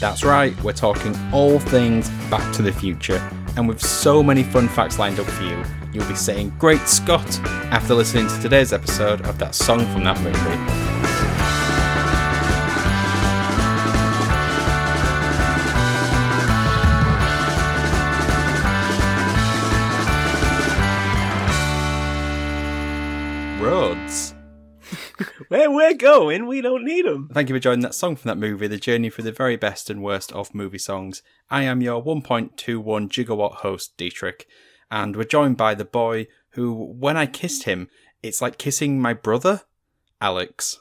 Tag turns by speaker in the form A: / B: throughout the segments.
A: That's right, we're talking all things Back to the Future, and with so many fun facts lined up for you, you'll be saying Great Scott after listening to today's episode of that song from that movie. Roads.
B: Where we're going, we don't need them.
A: Thank you for joining that song from that movie, The Journey for the Very Best and Worst of Movie Songs. I am your 1.21 gigawatt host, Dietrich, and we're joined by the boy who, when I kissed him, it's like kissing my brother, Alex.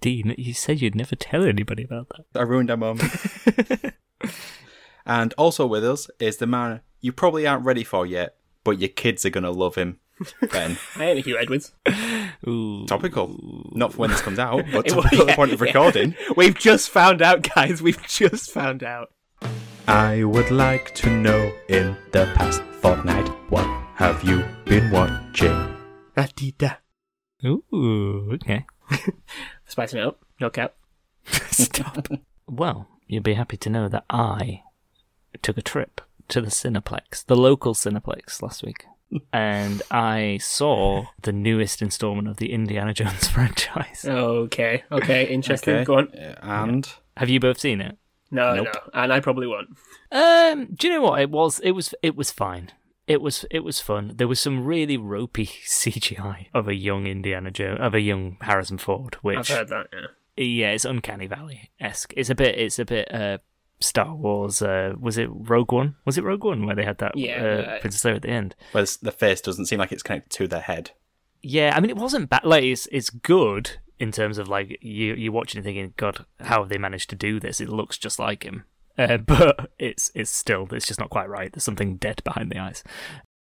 C: Dean, you said you'd never tell anybody about that.
A: I ruined our moment. and also with us is the man you probably aren't ready for yet, but your kids are going to love him, Ben.
B: I am Hugh Edwards.
C: Ooh.
A: topical. Not for when this comes out, but
B: It
A: topical
B: was-
A: at the point of
B: yeah, yeah.
A: recording.
B: We've just found out, guys. We've just found out.
A: I would like to know in the past fortnight, what have you been watching?
B: Da-dee-da.
C: Ooh, okay.
B: Spicing it up. Knockout.
C: Stop. well, you'll be happy to know that I took a trip to the Cineplex, the local Cineplex, last week. and I saw the newest installment of the Indiana Jones franchise.
B: Okay. Okay. Interesting.
A: Okay. Uh,
B: Go on.
A: And
C: Have you both seen it?
B: No,
A: Nope.
B: no. And I probably won't.
C: Um, do you know what it was? It was it was fine. It was it was fun. There was some really ropey CGI of a young Indiana Jones of a young Harrison Ford,
B: I've
C: which
B: heard that, yeah.
C: yeah, it's uncanny valley esque. It's a bit it's a bit uh Star Wars. Uh, was it Rogue One? Was it Rogue One where they had that
B: Yeah,
C: uh,
B: yeah.
C: Princess Leia at the end?
A: well, it's- the face doesn't seem like it's connected to the head.
C: Yeah, I mean it wasn't bad. Like it's it's good in terms of like you you watching and thinking, God, how have they managed to do this? It looks just like him, uh, but it's it's still it's just not quite right. There's something dead behind the eyes.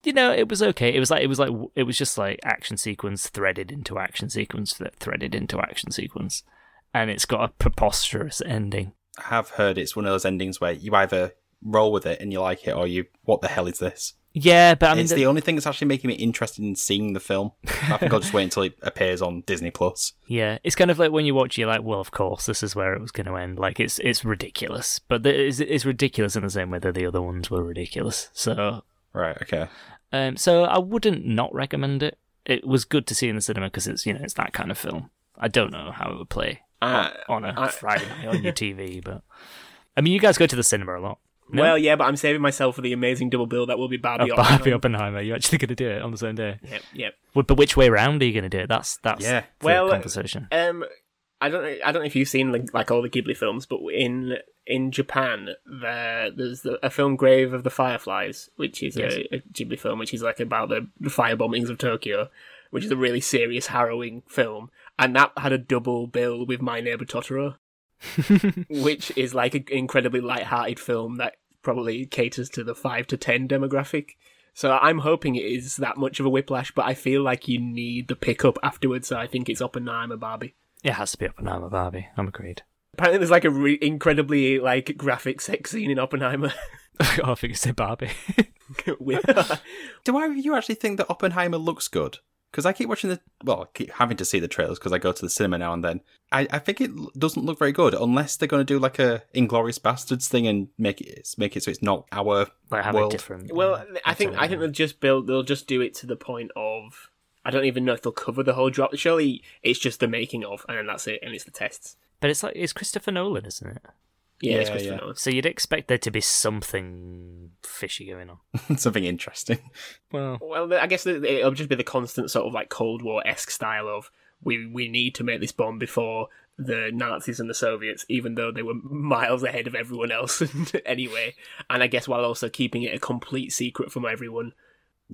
C: You know, it was okay. It was like it was like it was just like action sequence threaded into action sequence th- threaded into action sequence, and it's got a preposterous ending.
A: I have heard it's one of those endings where you either roll with it and you like it, or you, what the hell is this?
C: Yeah, but I mean,
A: it's
C: the-
A: the... only thing that's actually making me interested in seeing the film. I think I'll just wait until it appears on Disney Plus.
C: Yeah, it's kind of like when you watch, you're like, well, of course, this is where it was going to end. Like, it's it's ridiculous, but the- it's, it's ridiculous in the same way that the other ones were ridiculous. So,
A: Right, okay.
C: um, so I wouldn't not recommend it. It was good to see in the cinema because it's you know it's that kind of film. I don't know how it would play
B: Uh,
C: on a
B: I-
C: Friday night on your TV, but I mean, you guys go to the cinema a lot. No?
B: Well, yeah, but I'm saving myself for the amazing double bill that will be Barbie.
C: Oh,
B: Oppenheimer.
C: Barbie Oppenheimer, you're actually going to do it on the same day.
B: Yep, yep.
C: Well, But which way round are you going to do it? That's that's
A: Yeah.
C: the
B: Well,
C: conversation.
B: Um, I don't know. I don't know if you've seen like, like all the Ghibli films, but in in Japan, there there's the, a film Grave of the Fireflies, which is
C: Yes.
B: a, a Ghibli film, which is like about the, the fire bombings of Tokyo, which is a really serious, harrowing film, and that had a double bill with My Neighbor Totoro, which is like an incredibly light-hearted film that probably caters to the five to ten demographic. So I'm hoping it is that much of a whiplash, but I feel like you need the pickup afterwards. So I think it's Oppenheimer, Barbie.
C: it has to be Oppenheimer, Barbie. I'm agreed.
B: Apparently, there's like a re- incredibly like graphic sex scene in Oppenheimer
C: I think you said Barbie.
B: with
A: Do either of you actually think that Oppenheimer looks good? Because I keep watching the well, I keep having to see the trailers because I go to the cinema now and then. I, I think it l- doesn't look very good unless they're going to do like a Inglorious Bastards thing and make it make it so it's not our
C: like have
A: world.
C: a different. mm,
B: well, I think I think they'll just build. They'll just do it to the point of I don't even know if they'll cover the whole drop. Surely it's just the making of, and then that's it, and it's the tests.
C: but it's like it's Christopher Nolan, isn't it?
B: Yeah, it's
A: Yeah,
B: Christopher
A: yeah.
B: Nolan.
C: So you'd expect there to be something fishy going on.
A: something interesting.
C: Well,
B: Well, I guess it- it'll just be the constant sort of like Cold War esque style of we we need to make this bomb before the Nazis and the Soviets, even though they were miles ahead of everyone else anyway. And I guess while also keeping it a complete secret from everyone.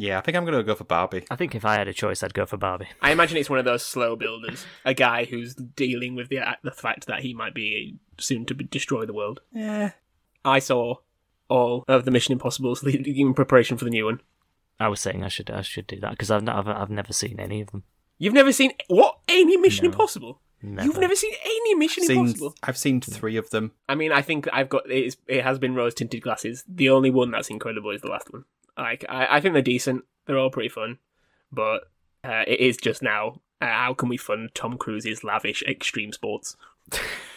A: Yeah, I think I'm going to go for Barbie.
C: I think if I had a choice, I'd go for Barbie.
B: I imagine it's one of those slow builders, a guy who's dealing with the uh, the fact that he might be soon to be, destroy the world.
A: Yeah,
B: I saw all of the Mission Impossible's in preparation for the new one.
C: I was saying I should I should do that because I've, not- I've I've never seen any of them.
B: You've never seen what any Mission
C: No.
B: Impossible.
C: Never.
B: You've never seen any Mission
A: seen,
B: Impossible.
A: I've seen three of them.
B: I mean, I think I've got it's, it has been rose tinted glasses. The only one that's incredible is the last one. Like I, I think they're decent. They're all pretty fun, but uh, it is just now. Uh, how can we fund Tom Cruise's lavish extreme sports?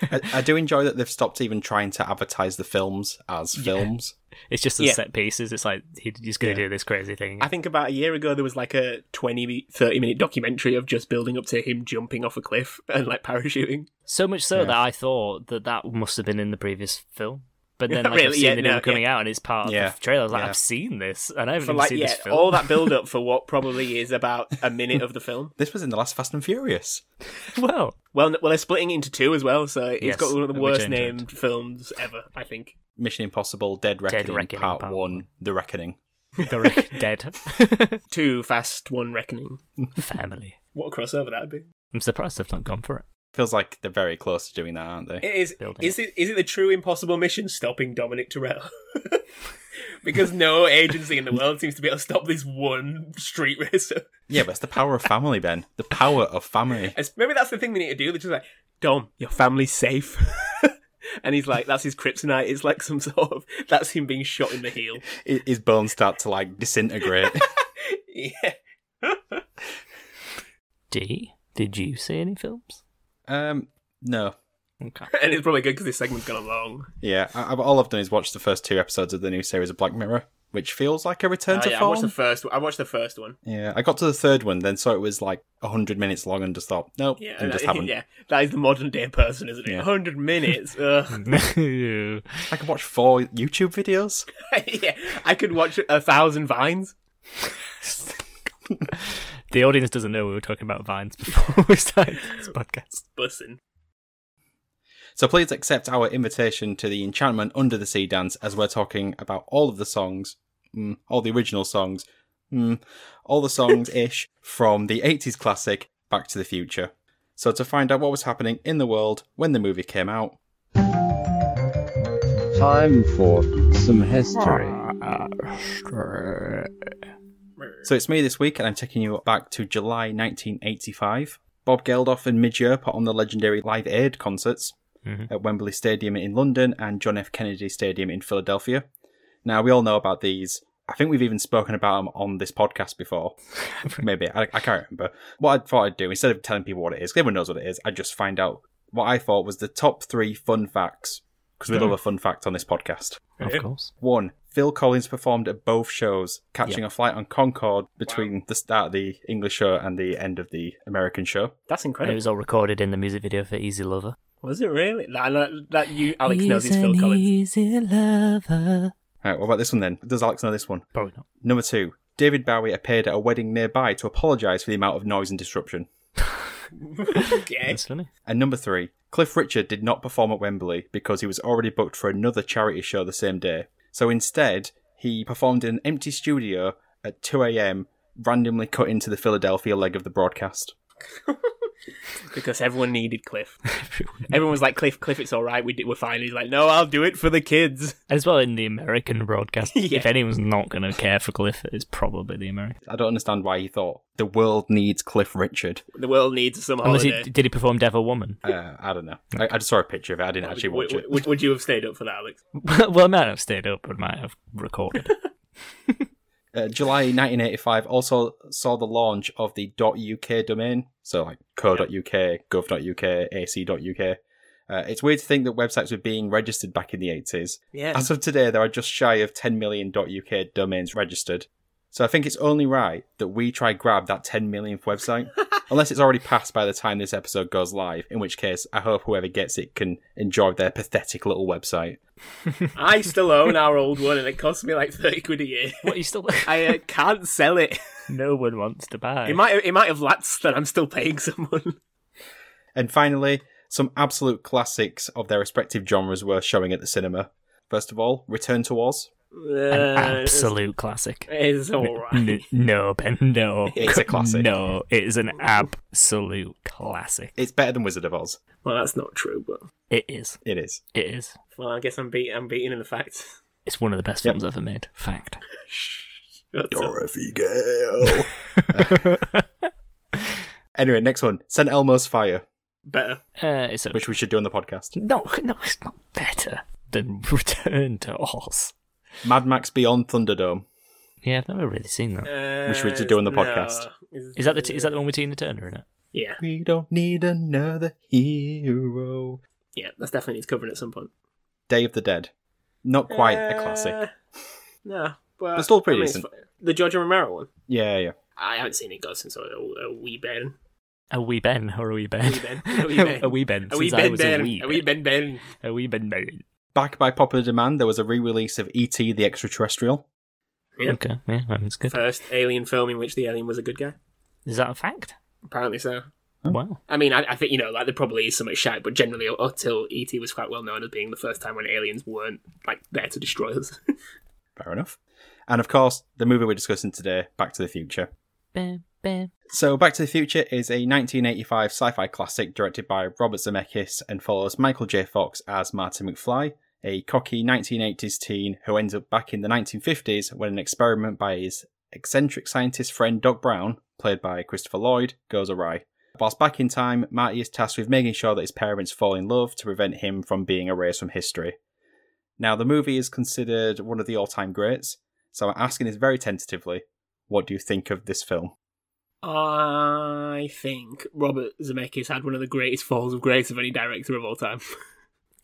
A: I, I do enjoy that they've stopped even trying to advertise the films as films.
C: It's just the
B: Yeah.
C: set pieces. It's like he, he's going
A: Yeah.
C: to do this crazy thing.
B: I think about a year ago there was like a 20 30 minute documentary of just building up to him jumping off a cliff and like parachuting.
C: so much so
A: Yeah.
C: that I thought that that must have been in the previous film. But then, like, I've
B: Really?
C: seen
B: Yeah,
C: the
B: no,
C: new one coming out, and it's part of
A: Yeah.
C: the trailer. I was like,
A: Yeah.
C: I've seen this, and I haven't
B: For
C: even
B: like
C: seen
B: yeah,
C: this film.
B: all that build up for what probably is about a minute of the film.
A: This was in the last Fast and Furious.
C: well,
B: Well, n- well they're splitting it into two as well, so it's
C: Yes,
B: got one of the
C: which I
B: worst
C: enjoyed.
B: named films ever, I think.
A: Mission Impossible, Dead Reckoning,
C: Reckoning,
A: Part,
C: Part
A: 1, The Reckoning.
C: they're dead
B: Two Fast One Reckoning.
C: family.
B: What a crossover that would be.
C: I'm surprised they've not gone for it.
A: Feels like they're very close to doing that, aren't they?
B: It is,
C: Building
B: is it is it the true impossible mission stopping Dominic Terrell? because no agency in the world seems to be able to stop this one street racer.
A: Yeah, but it's the power of family, Ben. The power of family.
B: It's- Maybe that's the thing they need to do. They're just like, Dom, your family's safe. and he's like, that's his kryptonite. It's like some sort of, that's him being shot in the heel.
A: I- His bones start to like disintegrate.
B: yeah.
C: D, did you see any films?
A: um, no.
C: Okay.
B: And it's probably good because this segment's gone long.
A: Yeah, I, I- all I've done is watch the first two episodes of the new series of Black Mirror, which feels like a return
B: Oh,
A: to
B: yeah, I
A: form.
B: watched the first one. I watched the first one.
A: yeah, I got to the third one, then saw it was like 100 minutes long and just thought, nope,
B: Yeah,
A: and just
B: that-
A: haven't.
B: yeah, that is the modern day person, isn't it?
A: Yeah.
B: 100 minutes. Ugh.
A: I could watch four YouTube videos.
B: yeah, I could watch a thousand vines.
C: the audience doesn't know we were talking about vines before we started this podcast.
B: Bussin.
A: So please accept our invitation to the Enchantment Under the Sea dance as we're talking about all of the songs, mm, all the original songs, mm, all the songs ish from the 80s classic Back to the Future. So to find out what was happening in the world when the movie came out,
D: Time for some history.
A: So it's me this week, and I'm taking you back to July 1985. Bob Geldof and Midger put on the legendary Live Aid concerts
C: Mhm.
A: at Wembley Stadium in London and John F. Kennedy Stadium in Philadelphia. Now, we all know about these. I think we've even spoken about them on this podcast before. Maybe. I, I can't remember. What I thought I'd do, instead of telling people what it is, 'cause everyone knows what it is, I'd just find out what I thought was the top three fun facts, because we love a fun fact on this podcast.
C: Of course.
A: One, Phil Collins performed at both shows, catching a flight on Concorde between the start of the English show and the end of the American show.
B: That's
C: And it
B: incredible.
C: was all recorded in the music video for Easy Lover.
B: Was it really? That, that, that you, Alex, knows it's Phil Collins.
C: Easy Lover.
A: All right, what about this one then? Does Alex know this one?
C: Probably not.
A: Number two, David Bowie appeared at a wedding nearby to apologise for the amount of noise and disruption.
B: okay.
C: That's funny.
A: And number three, Cliff Richard did not perform at Wembley because he was already booked for another charity show the same day. So instead, he performed in an empty studio at 2 a.m., randomly cut into the Philadelphia leg of the broadcast.
B: Because everyone needed Cliff. Everyone was like, Cliff, Cliff, it's all right. We did, we're fine. He's like, no, I'll do it for the kids.
C: As well in the American broadcast.
B: Yeah.
C: If anyone's not going to care for Cliff, it's probably the American.
A: I don't understand why he thought the world needs Cliff Richard.
B: The world needs some
C: Unless
B: holiday.
C: he, did he perform Devil Woman?
A: Uh, I don't know. I, I just saw a picture of it. I didn't actually watch
B: would,
A: it.
B: would, would you have stayed up for that, Alex?
C: well, I might have stayed up, but I might have recorded.
A: Uh, July 1985 also saw the launch of the .uk domain, so like co.uk, gov.uk, ac.uk. Uh, it's weird to think that websites were being registered back in the 80s.
B: Yeah.
A: As of today, there are just shy of 10 million .uk domains registered. So I think it's only right that we try grab that 10 millionth website, unless it's already passed by the time this episode goes live. In which case, I hope whoever gets it can enjoy their pathetic little website.
B: I still own our old one and it costs me like 30 quid a year.
C: what, you still...
B: I uh, can't sell it.
C: no one wants to buy.
B: It might it might have lapsed that I'm still paying someone.
A: And finally, some absolute classics of their respective genres were showing at the cinema. First of all, Return to Oz.
C: An
B: Uh,
C: absolute classic.
B: It's, it's all
C: N-
B: right.
C: no, Ben, no.
A: It's a classic.
C: No, it is an absolute classic.
A: It's better than Wizard of Oz.
B: Well, that's not true, but
C: It is.
A: It is.
C: It is.
B: well, I guess I'm beat. I'm beating in the facts.
C: It's one of the best
A: Yep.
C: films ever made. Fact.
B: That's all.
A: Dorothy Gale. anyway, next one St. Elmo's Fire,
B: Better.
C: Uh, it's a
A: which we should do on the podcast.
C: no, no, it's not better than Return to Oz.
A: Mad Max Beyond Thunderdome.
C: Yeah, I've never really seen that.
B: Uh,
A: Which we should do on the podcast.
C: Is that the t- is that the one with Tina Turner in it?
B: yeah?
A: We don't need another hero.
B: Yeah, that's definitely needs covering at some point.
A: Day of the Dead. Not quite a classic.
B: Uh, No, but,
A: But still pretty
B: it's
A: decent.
B: fu- The George Romero one.
A: Yeah, yeah.
B: I haven't seen it go since I was a, a wee Ben.
C: A wee Ben or a wee Ben?
B: A wee Ben. A wee Ben.
C: a wee Ben.
B: A wee
C: since I
B: Ben
C: was
B: Ben.
C: A wee
B: A wee
C: Ben.
B: Ben Ben.
C: A wee Ben Ben.
A: Back by popular demand, there was a re-release of E.T. the Extraterrestrial.
B: Yep.
C: Okay, yeah, that was good.
B: First alien film in which the alien was a good guy.
C: Is that a fact?
B: Apparently so.
C: Wow.
B: I mean, I, I think you know, like there probably is some shite, but generally, u- until ET was quite well known as being the first time when aliens weren't like there to destroy us.
A: Fair enough. And of course, the movie we're discussing today, Back to the Future.
C: Bam, bam.
A: So, Back to the Future is a 1985 sci fi classic directed by Robert Zemeckis and follows Michael J. Fox as Martin McFly, a cocky 1980s teen who ends up back in the 1950s when an experiment by his eccentric scientist friend Doc Brown, played by Christopher Lloyd, goes awry. Whilst back in time, Marty is tasked with making sure that his parents fall in love to prevent him from being erased from history. Now, the movie is considered one of the all time greats, so I'm asking this very tentatively what do you think of this film?
B: I think Robert Zemeckis had one of the greatest falls of grace of any director of all time.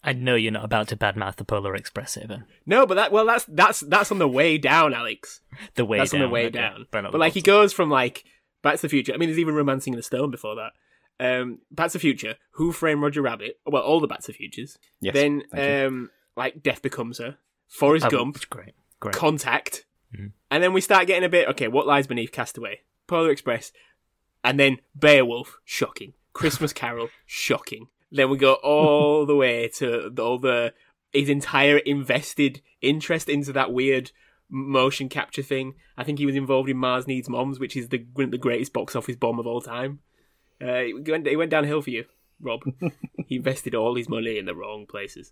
C: I know you're not about to badmouth the Polar Express, Evan.
B: No, but that well, that's that's that's on the way down, Alex.
C: The way
B: that's
C: down.
B: on the way
C: okay.
B: down.
C: But,
B: But,
C: not the
B: like he
C: bottom.
B: goes from like Back to the Future. I mean, there's even Romancing the Stone before that. Um, Back to the Future, Who Framed Roger Rabbit? Well, all the Back to the Futures.
A: Yes,
B: then,
A: thank you. Um,
B: um, like Death Becomes Her, Forrest
C: Oh,
B: Gump,
C: Great, great.
B: Contact,
C: Mhm.
B: and then we start getting a bit. Okay, what lies beneath Castaway? Polar Express, and then Beowulf. Shocking. Christmas Carol. Shocking. Then we go all the way to the- all the his entire invested interest into that weird motion capture thing. I think he was involved in Mars Needs Moms, which is the one of the greatest box office bomb of all time. Uh, it went, it went downhill for you, Rob. he invested all his money in the wrong places.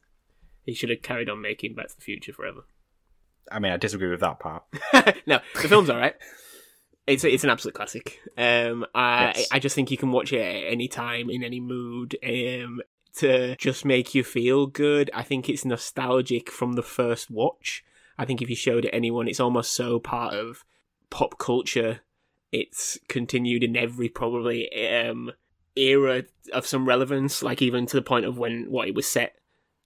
B: He should have carried on making Back to the Future forever.
A: I mean, I disagree with that part.
B: no, the film's all right. It's a, it's an absolute classic. Um, I
A: Yes.
B: I just think you can watch it at any time in any mood. Um, to just make you feel good. I think it's nostalgic from the first watch. I think if you showed it anyone, it's almost so part of pop culture. It's continued in every probably um era of some relevance. Like even to the point of when what it was set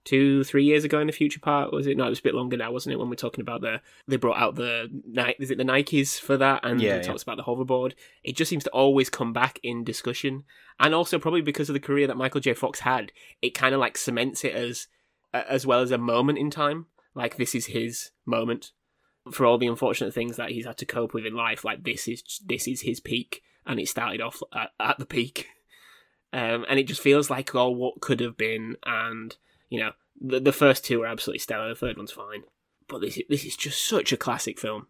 B: two three years ago in the future part was it? No, it was a bit longer now, wasn't it? When we're talking about the they brought out the Ni- is it the Nikes for that, and
A: Yeah,
B: it
A: yeah.
B: talks about the hoverboard. It just seems to always come back in discussion, and also probably because of the career that Michael J. Fox had, it kind of like cements it as as well as a moment in time. Like this is his moment for all the unfortunate things that he's had to cope with in life. Like this is this is his peak, and it started off at, at the peak, um, and it just feels like oh, what could have been, and you know the the first two are absolutely stellar. The third one's fine, but this this is just such a classic film.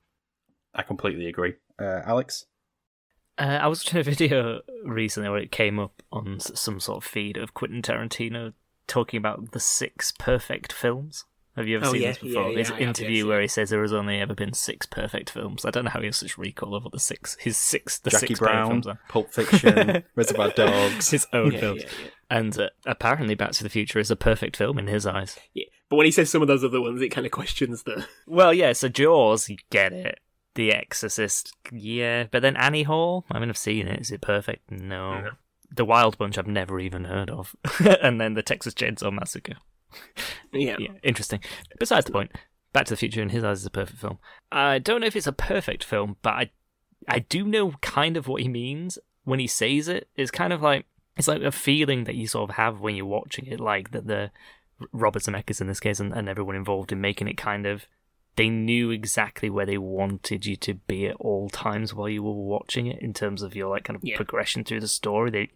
A: I completely agree. Uh, Alex?
C: Uh, I was watching a video recently where it came up on s- some sort of feed of Quentin Tarantino talking about the six perfect films. Have you ever
B: Oh,
C: seen
B: yeah,
C: this before?
B: yeah,
C: There's
B: yeah, I
C: an
B: have, yes,
C: interview
B: yeah.
C: where he says there has only ever been six perfect films. I don't know how he has such recall of what the six his six the
A: Jackie
C: six
A: Brown,
C: perfect films are.
A: Pulp Fiction, Reservoir Dogs.
C: his own
B: Yeah,
C: films,
B: yeah, yeah.
C: and uh, apparently Back to the Future is a perfect film in his eyes.
B: Yeah. But when he says some of those other ones, it kind of questions the
C: Well, yeah, so Jaws, you get it. The Exorcist, yeah, but then Annie Hall. I mean, I've seen it. Is it perfect? No.
B: No.
C: The Wild Bunch, I've never even heard of, and then the Texas Chainsaw Massacre.
B: yeah.
C: Yeah, interesting. Besides the point, Back to the Future in his eyes is a perfect film. I don't know if it's a perfect film, but I, I do know kind of what he means when he says it. It's kind of like it's like a feeling that you sort of have when you're watching it, like that the Robert Zemeckis in this case and, and everyone involved in making it kind of they knew exactly where they wanted you to be at all times while you were watching it in terms of your like kind of
B: Yeah.
C: progression through the story. They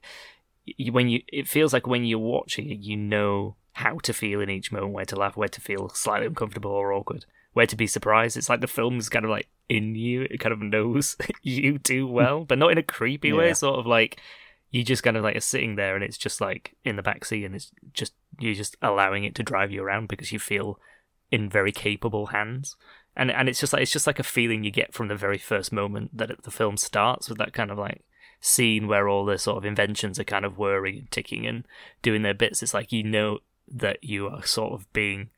C: you, when you it feels like when you're watching it, you know how to feel in each moment, where to laugh, where to feel slightly uncomfortable or awkward, where to be surprised. It's like the film's kind of like in you, it kind of knows you too well, but not in a creepy
A: Yeah.
C: way. Sort of like you just kind of like are sitting there, and it's just like in the backseat, and it's just you're just allowing it to drive you around because you feel in very capable hands. And, and it's just like it's just like a feeling you get from the very first moment that the film starts with that kind of like scene where all the sort of inventions are kind of whirring and ticking and doing their bits. It's like you know that you are sort of being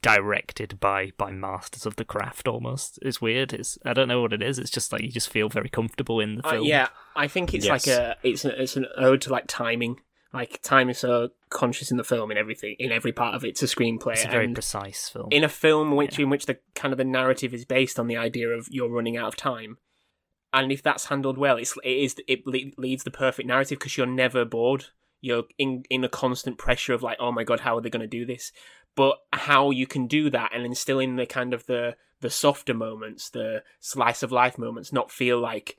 C: directed by by masters of the craft almost. It's weird. It's I don't know what it is. It's just like you just feel very comfortable in the
B: Uh,
C: film.
B: yeah, I think it's
A: Yes.
B: like a it's an, it's an ode to like timing Like time is so conscious in the film and everything in every part of it. It's a screenplay.
C: It's a very
B: and
C: precise film.
B: in a film which in which the kind of the narrative is based on the idea of you're running out of time and if that's handled well it's it is it le- leads the perfect narrative because you're never bored you're in in a constant pressure of like oh my god how are they going to do this but how you can do that and then still in the kind of the the softer moments the slice of life moments not feel like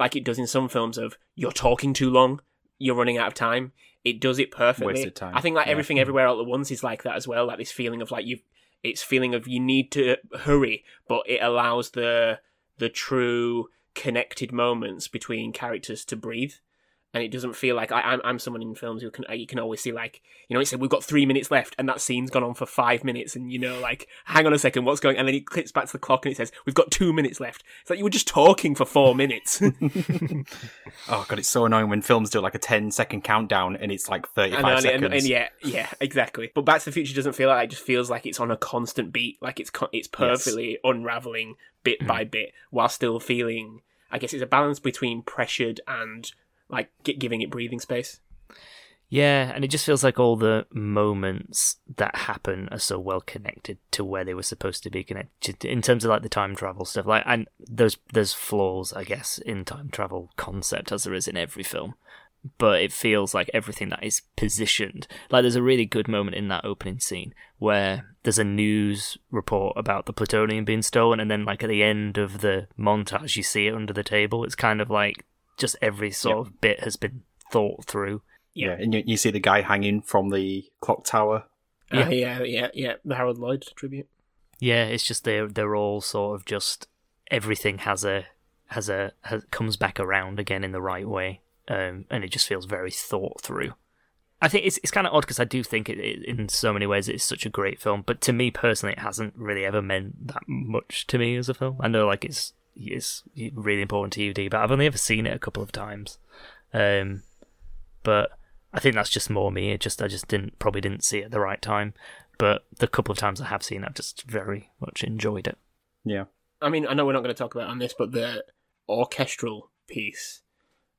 B: like it does in some films of you're talking too long you're running out of time it does it perfectly
A: Wasted time.
B: i think like
A: Yeah.
B: everything everywhere all at once is like that as well like this feeling of like you it's feeling of you need to hurry but it allows the the true connected moments between characters to breathe and it doesn't feel like I, I'm, I'm someone in films who can you can always see like you know it said we've got three minutes left and that scene's gone on for five minutes and you know like hang on a second what's going and then it clicks back to the clock and it says we've got two minutes left it's like you were just talking for four minutes
A: Oh god, it's so annoying when films do like a 10 second countdown and it's like 35
B: and, and,
A: seconds.
B: and, and yeah, yeah, exactly. But Back to the Future doesn't feel like that. it just feels like it's on a constant beat, like it's co- it's perfectly unraveling bit by bit, while still feeling. I guess it's a balance between pressured and like gi- giving it breathing space.
C: Yeah, and it just feels like all the moments that happen are so well connected to where they were supposed to be connected in terms of like the time travel stuff. Like, and there's there's flaws, I guess, in time travel concept as there is in every film. But it feels like everything that is positioned. Like, there's a really good moment in that opening scene where there's a news report about the plutonium being stolen, and then like at the end of the montage, you see it under the table. It's kind of like just every sort of bit has been thought through.
A: yeah. and you, you see the guy hanging from the clock tower.
B: Yeah, Uh, yeah, yeah, yeah. The Harold Lloyd tribute.
C: Yeah, it's just they're they're all sort of just everything has a has a has, comes back around again in the right way, um, and it just feels very thought through. I think it's it's kind of odd because I do think it, it, in so many ways it's such a great film, but to me personally, it hasn't really ever meant that much to me as a film. I know like it's it's really important to you, D, but I've only ever seen it a couple of times. Um, but I think that's just more me. It just I just didn't probably didn't see it at the right time. But the couple of times I have seen, it, I've just very much enjoyed it.
A: Yeah.
B: I mean, I know we're not going to talk about it on this, but the orchestral piece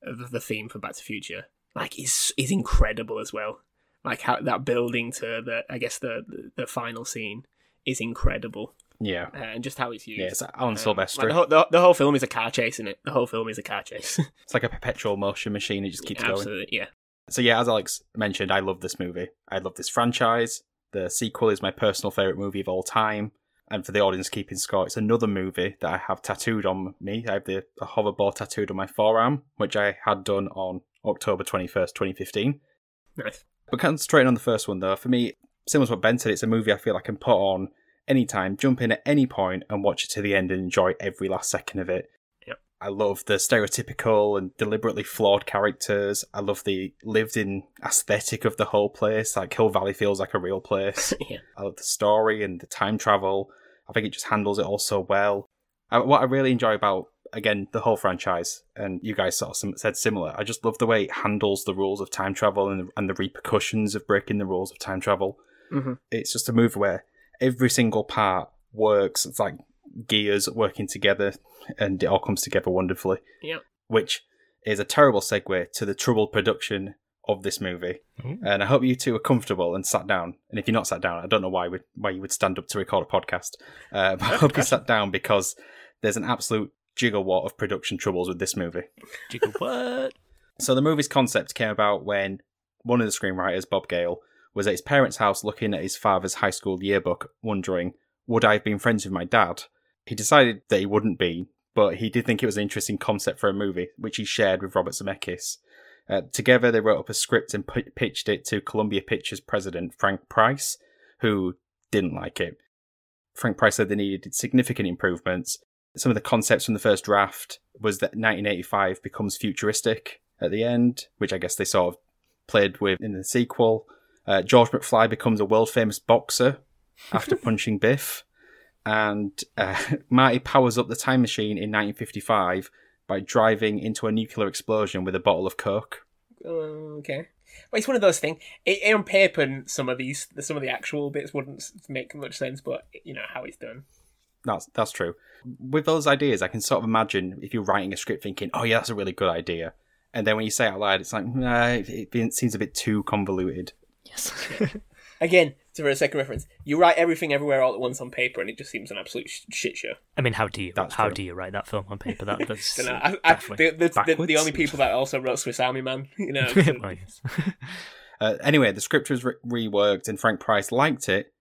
B: of the theme for Back to the Future, like, is is incredible as well. Like how that building to the, I guess the the, the final scene is incredible,
A: Yeah.
B: uh, and just how it's used.
A: Yeah, it's Alan
B: Um, like,
A: Silvestri.
B: the, whole, the, the whole film is a car chase, isn't it? The whole film is a car chase.
A: It's like a perpetual motion machine. It just keeps going.
B: Absolutely, yeah.
A: So yeah, as Alex mentioned, I love this movie. I love this franchise. The sequel is my personal favorite movie of all time. And for the audience keeping score, it's another movie that I have tattooed on me. I have the a hoverboard tattooed on my forearm, which I had done on October twenty first, twenty fifteen.
B: Nice.
A: But concentrating on the first one though, for me, similar to what Ben said, it's a movie I feel I can put on anytime, jump in at any point and watch it to the end and enjoy every last second of it.
B: Yep.
A: I love the stereotypical and deliberately flawed characters. I love the lived in aesthetic of the whole place. Like Hill Valley feels like a real place.
B: yeah.
A: I love the story and the time travel. I think it just handles it all so well. I, what I really enjoy about again the whole franchise, and you guys sort of sim- said similar. I just love the way it handles the rules of time travel and and the repercussions of breaking the rules of time travel.
B: Mhm.
A: It's just a movie where every single part works. It's like gears working together, and it all comes together wonderfully.
B: Yep.
A: Which is a terrible segue to the troubled production of this movie. And I hope you two are comfortable and sat down. And if you're not sat down, I don't know why would why you would stand up to record a podcast. Uh, but I hope you sat down because there's an absolute gigawatt of production troubles with this movie.
C: Jiggle what?
A: So the movie's concept came about when one of the screenwriters, Bob Gale, was at his parents' house looking at his father's high school yearbook, wondering, would I have been friends with my dad? He decided that he wouldn't be, but he did think it was an interesting concept for a movie, which he shared with Robert Zemeckis. Uh, together, they wrote up a script and p- pitched it to Columbia Pictures president Frank Price, who didn't like it. Frank Price said they needed significant improvements, some of the concepts from the first draft was that 1985 becomes futuristic at the end, which I guess they sort of played with in the sequel. Uh, George McFly becomes a world famous boxer after punching Biff, and uh, Marty powers up the time machine in 1955 by driving into a nuclear explosion with a bottle of coke.
B: Okay. Well, it's one of those things. It, on paper, some of these, some of the actual bits wouldn't s- make much sense, but you know how it's done.
A: That's that's true. With those ideas, I can sort of imagine if you're writing a script, thinking, "Oh yeah, that's a really good idea," And then when you say it out loud, it's like, nah, it, it seems a bit too convoluted.
C: Yes.
B: Again, to a second reference, you write everything everywhere all at once on paper, and it just seems an absolute sh- shit show.
C: I mean, how do you
A: That's
C: how
A: true.
C: do you write that film on paper? That, that's
B: Dunno, I- I-
C: baffling.
B: the, the, the, the
A: Backwards?
B: only people that also wrote Swiss Army Man, you know.
C: Well, yes.
A: Uh, anyway, the script was re- reworked and Frank Price liked it,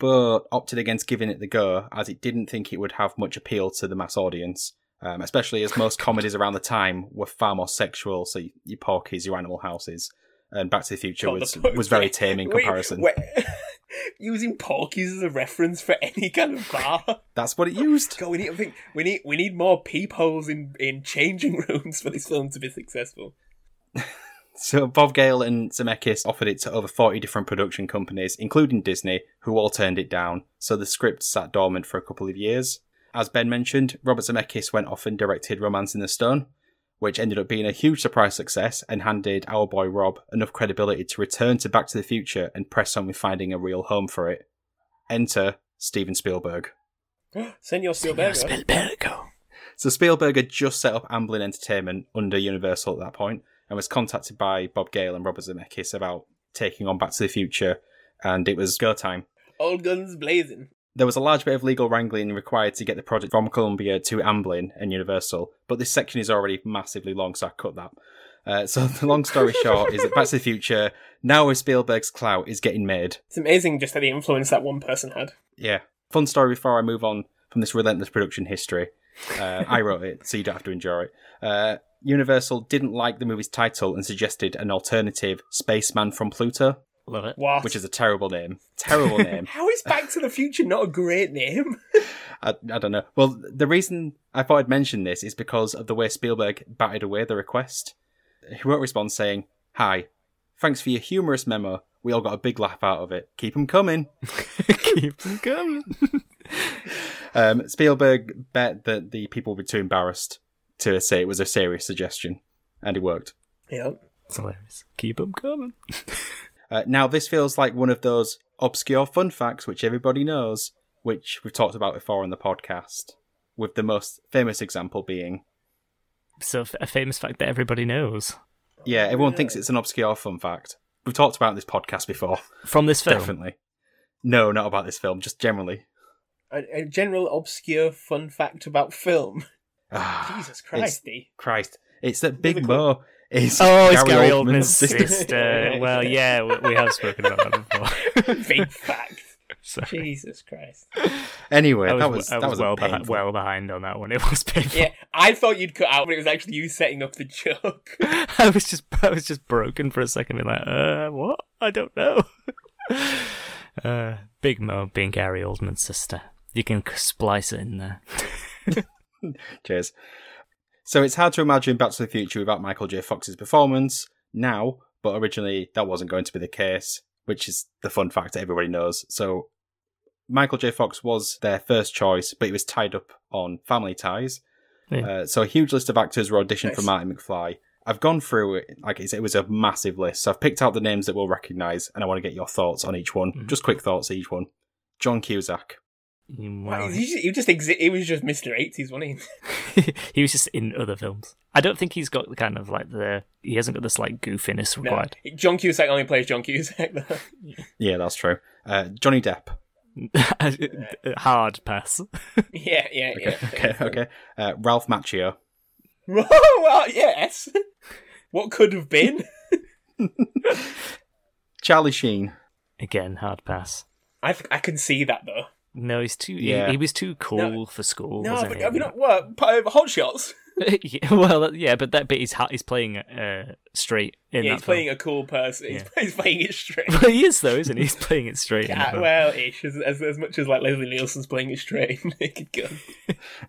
A: but opted against giving it the go as it didn't think it would have much appeal to the mass audience, um, especially as most comedies around the time were far more sexual. So, y- your Porkies, your Animal Houses, and Back to the Future
B: God,
A: was,
B: the pork-
A: was very tame in
B: Wait,
A: comparison.
B: wait- using porkies as a reference for any kind of bar.
A: That's what it used.
B: God, we need, I think we need we need more peepholes in in changing rooms for this film to be successful.
A: So Bob Gale and Zemeckis offered it to over 40 different production companies, including Disney, who all turned it down. So the script sat dormant for a couple of years. As Ben mentioned, Robert Zemeckis went off and directed Romance in the Stone, which ended up being a huge surprise success and handed our boy Rob enough credibility to return to Back to the Future and press on with finding a real home for it. Enter Steven Spielberg.
C: Senor
B: Senor Spielberg.
C: Spielbergo.
A: So Spielberg had just set up Amblin Entertainment under Universal at that point and was contacted by Bob Gale and Robert Zemeckis about taking on Back to the Future, and it was go time.
B: all guns blazing.
A: There was a large bit of legal wrangling required to get the project from Columbia to Amblin and Universal, but this section is already massively long, so I cut that. Uh, so the long story short is that Back to the Future, now with Spielberg's clout, is getting made.
B: It's amazing just the influence that one person had.
A: Yeah. Fun story before I move on from this relentless production history. Uh, I wrote it, so you don't have to endure it. Uh, Universal didn't like the movie's title and suggested an alternative, Spaceman from Pluto,
C: Love it.
B: What?
A: which is a terrible name. Terrible name.
B: how is Back to the Future not a great name?
A: I, I don't know. Well, the reason I thought I'd mention this is because of the way Spielberg batted away the request. He wrote a response saying, Hi, thanks for your humorous memo. We all got a big laugh out of it. Keep 'em coming.
C: Keep them coming.
A: Um, Spielberg bet that the people were too embarrassed to say it was a serious suggestion, and it worked.
B: yeah.
C: It's hilarious. Keep them coming.
A: Uh, now, this feels like one of those obscure fun facts which everybody knows, which we've talked about before on the podcast, with the most famous example being
C: So f- a famous fact that everybody knows
A: yeah, everyone thinks it's an obscure fun fact. We've talked about this podcast before,
C: from this film.
A: definitely. No, not about this film, just generally.
B: A, a general obscure fun fact about film.
A: Ah,
B: Jesus Christ, D.
A: Christ. It's that Big
B: Another
A: Mo is
C: Oh, it's Gary Oldman's
A: sister.
C: sister. uh, well, yeah, we, we have spoken about that before.
B: Big fact.
C: Sorry.
B: Jesus Christ.
A: Anyway,
C: I was,
A: that was,
C: I
A: that
C: was
A: was a
C: well, behind,
A: painful-
C: well behind on that one. It was painful.
B: Yeah, I thought you'd cut out, but it was actually you setting up the joke.
C: I was just I was just broken for a second, being like, uh, what? I don't know. uh, Big Mo being Gary Oldman's sister. You can c- splice it in there.
A: Cheers. So it's hard to imagine Back to the Future without Michael J. Fox's performance now, but originally that wasn't going to be the case, which is the fun fact that everybody knows. So Michael J. Fox was their first choice, but he was tied up on family ties.
C: Yeah.
A: Uh, so a huge list of actors were auditioned for
B: Nice.
A: Martin McFly. I've gone through it, like I said, it was a massive list. So I've picked out the names that we'll recognise, and I want to get your thoughts on each one.
C: Mhm.
A: Just quick thoughts on each one. John Cusack.
C: Well,
B: He just, he just exi- he was just Mr. 80s, wasn't he?
C: he was just in other films. I don't think he's got the kind of like the he hasn't got this like goofiness
B: No.
C: required.
B: John Cusack only plays John Cusack, though.
A: Yeah, that's true. Uh, Johnny Depp.
C: Hard pass.
B: Yeah, yeah, yeah.
A: Okay, okay. Uh, Ralph Macchio.
B: well, uh, yes. What could have been?
A: Charlie Sheen.
C: Again, hard pass.
B: I, th- I can see that though.
C: No, he's too. he-
A: Yeah.
C: He, was too cool for school.
B: No,
C: wasn't
B: but
C: he?
B: I mean, what? Part of Hot Shots.
C: yeah, well, yeah, but that bit he's ha- he's playing uh, straight in
B: Yeah,
C: that
B: he's playing a cool person. He's, he's playing it straight.
C: film. he is though, isn't he? He's playing it straight. in that
B: Yeah,
C: film.
B: well, ish. As, as, as much as like Leslie Nielsen's playing it straight in Naked Gun.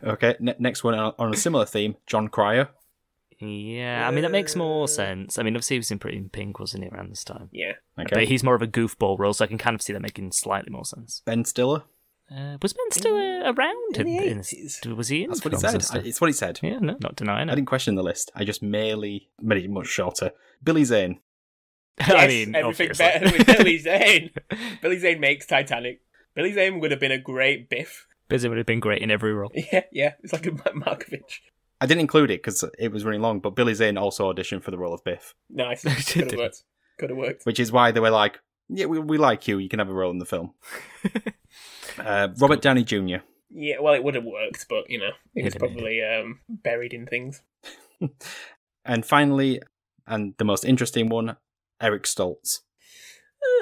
A: Okay, ne- next one on on a similar theme, John Cryer.
C: yeah, I mean that makes more sense. I mean, obviously he was in Pretty in Pink, wasn't he, around this time?
B: Yeah.
A: Okay,
C: But he's more of a goofball role, so I can kind of see that making slightly more sense.
A: Ben Stiller.
C: Uh, was Ben still uh, around?
B: in
C: In,
B: the
C: in-
B: 80s.
C: was he in?
A: That's what he
C: films and
A: said.
C: stuff?
A: I- it's what he said.
C: yeah, no, not denying
A: I
C: it.
A: didn't question the list. I just merely made it much shorter. Billy Zane.
C: I
B: Yes,
C: mean,
B: everything
C: obviously.
B: better with Billy Zane. Billy Zane makes Titanic. Billy Zane would have been a great Biff.
C: Busy would have been great in every role.
B: Yeah, yeah. It's like a Ma- Markovich.
A: I didn't include it because it was running long, but Billy Zane also auditioned for the role of Biff,
B: Nice.
C: It
B: Could have
C: didn't.
B: worked. Could have worked.
A: which is why they were like, "Yeah, we, we like you. You can have a role in the film." uh, Robert Downey Jr.
B: Yeah, well, it would have worked, but you know, it was
C: It'd have been-
B: probably um, buried in things.
A: and finally, and the most interesting one, Eric Stoltz.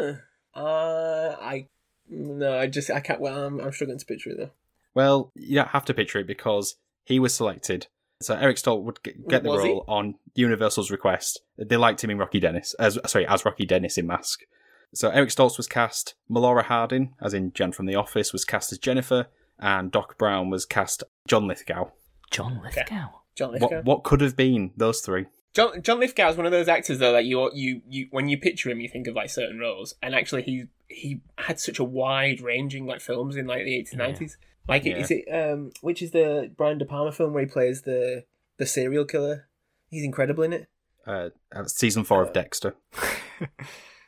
B: Uh, I no, I just I can't. Well, I'm, I'm struggling to picture it though.
A: Well, you don't have to picture it because he was selected. So Eric Stolt would g- get the
B: Was he?
A: role on Universal's request. They liked him in Rocky Dennis, as sorry, as Rocky Dennis in Mask. So Eric Stoltz was cast. Melora Hardin, as in Jen from The Office, was cast as Jennifer, and Doc Brown was cast John Lithgow.
C: John Lithgow.
B: John Lithgow.
A: What what could have been those three?
B: John John Lithgow is one of those actors though that you you you when you picture him, you think of like certain roles, and actually he he had such a wide ranging like films in like the eighties
C: Yeah.
B: nineties. Like
A: Yeah.
B: is it um which is the Brian De Palma film where he plays the the serial killer? He's incredible in it.
A: Uh, uh, season four of Dexter.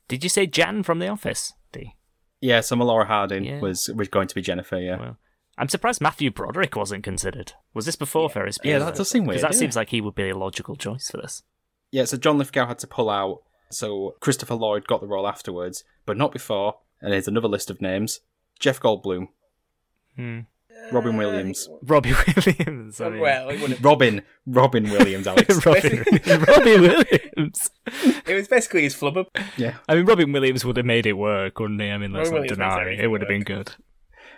C: Did you say Jan from The Office? D.
A: Yeah, so Melora Hardin
C: Yeah.
A: was was going to be Jennifer. Yeah,
C: Well, I'm surprised Matthew Broderick wasn't considered. Was this before Ferris Bueller?
A: yeah, that does seem weird.
C: Because that
A: yeah.
C: seems like he would be a logical choice for this.
A: Yeah, so John Lithgow had to pull out, so Christopher Lloyd got the role afterwards, but not before. And here's another list of names: Jeff Goldblum,
C: Hmm.
A: Robin Williams,
C: Robbie Williams. I mean.
B: well, it would have
A: Robin, Robin Williams, Alex.
C: Robin, Robbie Williams.
B: It was basically his flubber.
A: yeah,
C: I mean, Robin Williams would have made it work, wouldn't he? I mean, let's
B: Robin
C: not
B: Williams makes
C: deny
B: everything
C: it would have been good.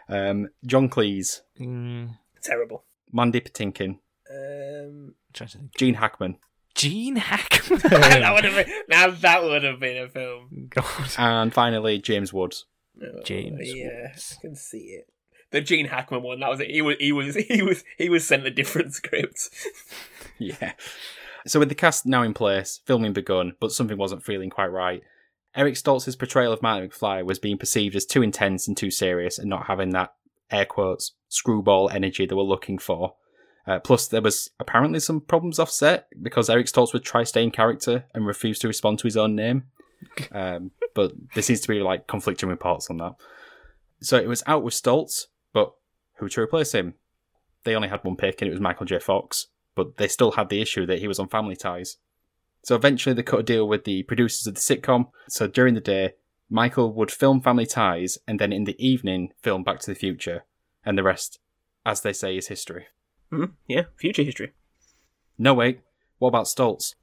A: um, John Cleese,
C: Mm,
B: Terrible.
A: Mandy Patinkin,
B: Um,
C: trying to think.
A: Gene Hackman,
C: Gene
B: that
C: Hackman.
B: would have been now that would have been a film.
C: God.
A: and finally James Woods.
B: Oh,
C: Oh, James
B: yeah,
C: Woods.
B: I can see it. The Gene Hackman one. That was it. He was he was he was he was sent a different script.
A: Yeah. So with the cast now in place, filming begun, but something wasn't feeling quite right. Eric Stoltz's portrayal of Martin McFly was being perceived as too intense and too serious and not having that air quotes screwball energy they were looking for. Uh, plus, there was apparently some problems offset because Eric Stoltz would try staying character and refuse to respond to his own name. Um, but there seems to be like conflicting reports on that. So it was out with Stoltz, but who to replace him? They only had one pick, and it was Michael J. Fox but they still had the issue that he was on family ties. So eventually they cut a deal with the producers of the sitcom. So during the day, Michael would film Family Ties and then in the evening film Back to the Future. And the rest, as they say, is history.
B: Hmm, yeah, future history.
A: No, wait, what about Stoltz?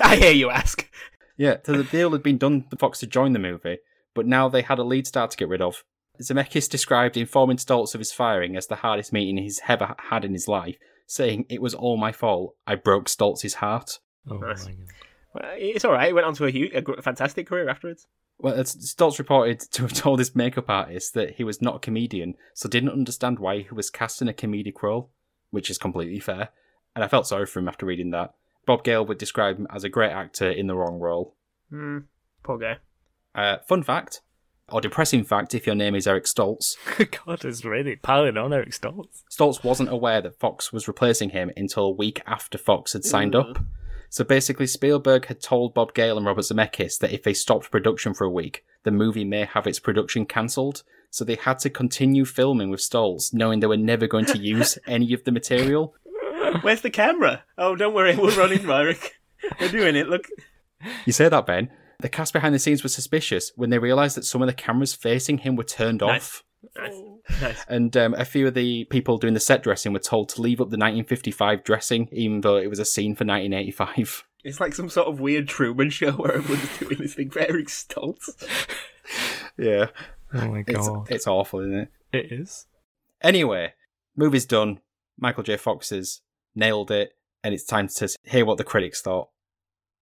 B: I hear you ask.
A: Yeah, so the deal had been done for Fox to join the movie, but now they had a lead star to get rid of. Zemeckis described informing Stoltz of his firing as the hardest meeting he's ever had in his life, saying, It was all my fault. I broke Stoltz's heart.
C: Oh
B: Nice.
C: my God.
B: Well, it's all right. It went on to a huge, a gr- fantastic career afterwards.
A: Well, it's- Stoltz reported to have told his makeup artist that he was not a comedian, so didn't understand why he was cast in a comedic role, which is completely fair. And I felt sorry for him after reading that. Bob Gale would describe him as a great actor in the wrong role.
B: Hmm. poor guy.
A: Uh, fun fact, or depressing fact if your name is Eric Stoltz,
C: God, it's really piling on Eric Stoltz.
A: Stoltz wasn't aware that Fox was replacing him until a week after Fox had signed up. So basically, Spielberg had told Bob Gale and Robert Zemeckis that if they stopped production for a week, the movie may have its production cancelled. So they had to continue filming with Stoltz, knowing they were never going to use any of the material.
B: Where's the camera? Oh, don't worry, we're running, Myrick. We're doing it. Look,
A: You say that, Ben? The cast behind the scenes was suspicious when they realised that some of the cameras facing him were turned off.
B: nice,
A: Oh.
B: nice.
A: And um, a few of the people doing the set dressing were told to leave up the 1955 dressing, even though it was a scene for 1985.
B: It's like some sort of weird Truman show where everyone's doing this thing for Eric Stoltz.
A: Yeah.
C: Oh my
A: It's, it's awful, isn't it?
C: It is.
A: Anyway, movie's done. Michael J. Fox has nailed it, and it's time to hear what the critics thought.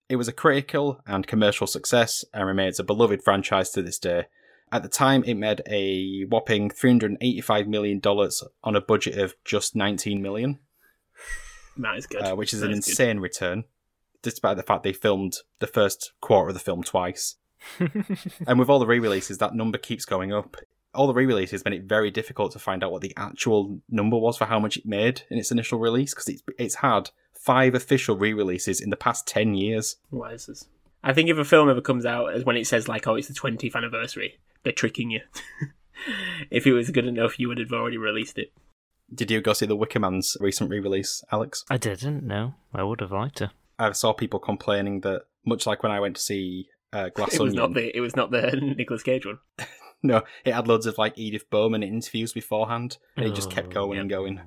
A: It was a critical and commercial success and remains a beloved franchise to this day. At the time, it made a whopping $385 million on a budget of just $19 million,
B: That is good.
A: uh, which is
B: That
A: an
B: good.
A: insane return, despite the fact they filmed the first quarter of the film twice. and with all the re-releases, that number keeps going up. All the re-releases made it very difficult to find out what the actual number was for how much it made in its initial release because it's it's had five official re-releases in the past ten years.
B: Why is this? I think if a film ever comes out as when it says like, "Oh, it's the 20th anniversary," they're tricking you. if it was good enough, you would have already released it.
A: Did you go see the Wicker Man's recent re-release, Alex?
C: I didn't know. I would have liked to.
A: I saw people complaining that much like when I went to see uh, Glass
B: it was
A: Onion,
B: not the it was not the Nicolas Cage one.
A: no, it had loads of like Edith Bowman interviews beforehand, and it just kept
C: Oh,
A: going
B: yeah.
A: and going.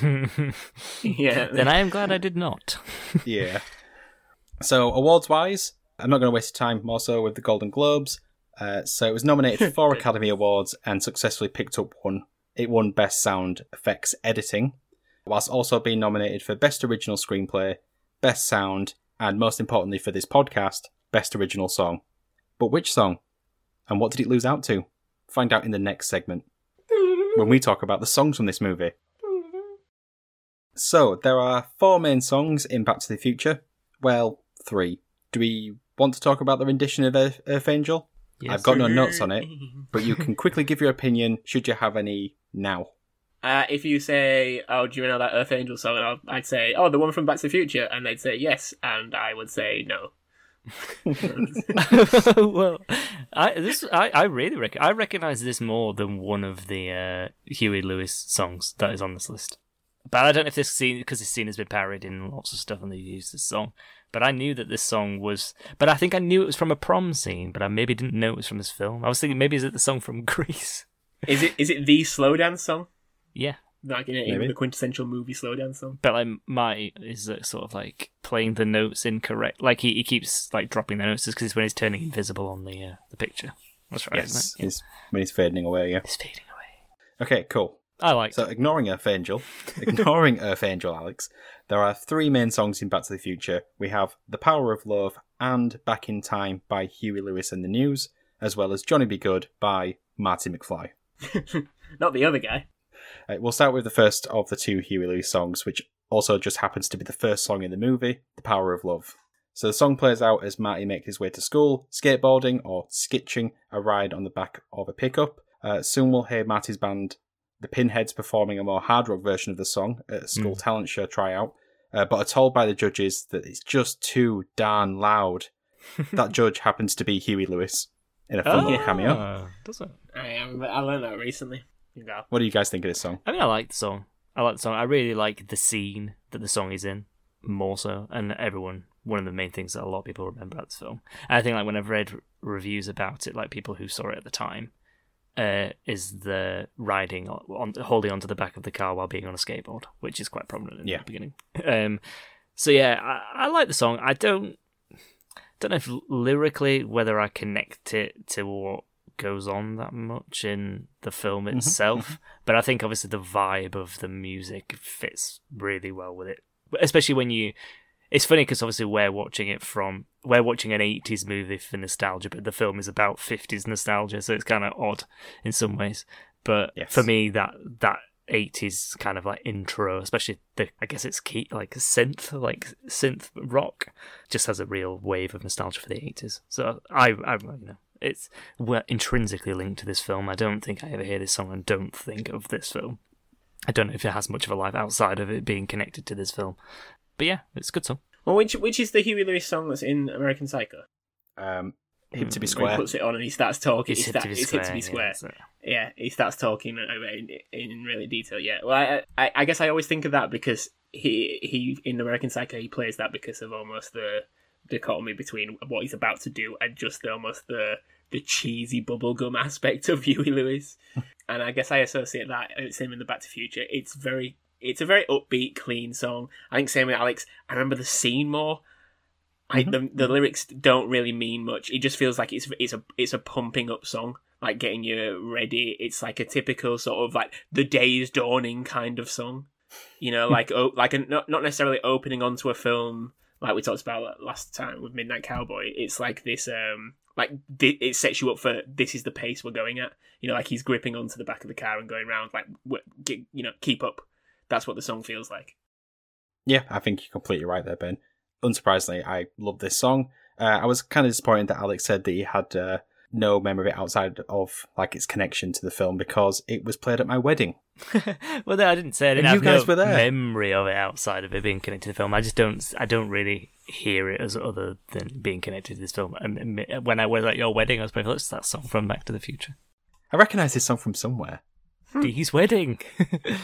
B: yeah,
C: then I am glad I did not.
A: yeah. So awards wise, I'm not going to waste time more so with the Golden Globes. Uh, so it was nominated for four Academy Awards and successfully picked up one. It won Best Sound Effects Editing, whilst also being nominated for Best Original Screenplay, Best Sound, and most importantly for this podcast, Best Original Song. But which song? And what did it lose out to? Find out in the next segment when we talk about the songs from this movie. So there are four main songs in Back to the Future. Well, three. Do we want to talk about the rendition of Earth, Earth Angel? I've got no notes on it, but you can quickly give your opinion. Should you have any now?
B: Uh, if you say, "Oh, do you know that Earth Angel song?" And I'll, I'd say, "Oh, the one from Back to the Future," and they'd say yes, and I would say no.
C: well, I this I, I really rec- I recognize this more than one of the uh, Huey Lewis songs that is on this list. But I don't know if this scene because this scene has been parodied in lots of stuff and they use this song. But I knew that this song was. But I think I knew it was from a prom scene. But I maybe didn't know it was from this film. I was thinking maybe is it the song from Greece?
B: Is it is it the slow dance song?
C: Yeah,
B: Like you know,
A: Maybe.
B: the quintessential movie slow dance song.
C: but like my is uh, sort of like playing the notes incorrect. Like he, he keeps like dropping the notes because it's when he's turning invisible on the uh, the picture. That's right.
A: Yes,
C: Isn't it? Yeah.
A: it's- when he's fading away. Yeah.
C: It's fading away.
A: Okay, cool.
C: I like.
A: So ignoring Earth Angel, ignoring Earth Angel, Alex. There are three main songs in Back to the Future. We have "The Power of Love" and "Back in Time" by Huey Lewis and the News, as well as "Johnny Be Good" by Marty McFly.
B: Not the other guy.
A: Uh, we'll start with the first of the two Huey Lewis songs, which also just happens to be the first song in the movie, The Power of Love. So the song plays out as Marty makes his way to school, skateboarding or skitching a ride on the back of a pickup. Uh, soon we'll hear Marty's band, the Pinheads, performing a more hard rock version of the song at a school talent show tryout, uh, but are told by the judges that it's just too darn loud. that judge happens to be Huey Lewis in a funny
C: Ah.
A: cameo.
C: Does it?
B: I am. I learned that recently. You go.
A: What do you guys think of this song?
C: I mean, I like the song. I like the song. I really like the scene that the song is in more so, and everyone. One of the main things that a lot of people remember about this film. And I think, like when I've read reviews about it, like people who saw it at the time, uh, is the riding on, on holding onto the back of the car while being on a skateboard, which is quite prominent in
A: Yeah.
C: the beginning. Um, so yeah, I, I like the song. I don't don't know if l- lyrically whether I connect it to what goes on that much in the film itself, but I think obviously the vibe of the music fits really well with it, especially when you. It's funny because obviously we're watching it from we're watching an '80s movie for nostalgia, but the film is about '50s nostalgia, so it's kind of odd in some ways. But
A: Yes.
C: for me, that that '80s kind of like intro, especially the I guess it's key like synth like synth rock, just has a real wave of nostalgia for the '80s. So I, I you know, it's we're intrinsically linked to this film. I don't think I ever hear this song and don't think of this film. I don't know if it has much of a life outside of it being connected to this film. But yeah, it's a good song.
B: Well, which which is the Huey Lewis song that's in American Psycho?
A: Um, him to be
B: Where he
A: square.
B: puts it on and he starts talking.
C: It's
B: he
C: hit
B: sta-
C: to be
B: it's
C: square.
B: hit to be
C: yeah,
B: square.
C: so-
B: yeah, he starts talking about it in, in really detail. Yeah, well, I, I, I guess I always think of that because he he in American Psycho he plays that because of almost the dichotomy between what he's about to do and just the, almost the the cheesy bubblegum aspect of Huey Lewis. and I guess I associate that it's him in the Back to the Future. It's very it's a very upbeat, clean song. I think same with Alex. I remember the scene more. I the, the lyrics don't really mean much. It just feels like it's it's a it's a pumping up song, like getting you ready. It's like a typical sort of like the day is dawning kind of song, you know,
C: Hmm.
B: like oh, like a, not not necessarily opening onto a film like we talked about last time with Midnight Cowboy. It's like this um like thi- it sets you up for this is the pace we're going at. You know, like he's gripping onto the back of the car and going round like w- get, you know keep up. That's what the song feels like.
A: Yeah, I think you're completely right there, Ben. Unsurprisingly, I love this song. Uh, I was kind of disappointed that Alex said that he had uh, no memory of it outside of like its connection to the film because it was played at my wedding.
C: well, no, I didn't say I didn't
A: And you
C: have no
A: guys were there.
C: memory of it outside of it being connected to the film. I just don't. I don't really hear it as other than being connected to this film. And- And when I was at your wedding, I was probably like, "That's that song from Back to the Future."
A: I recognise this song from somewhere.
C: Dee's wedding.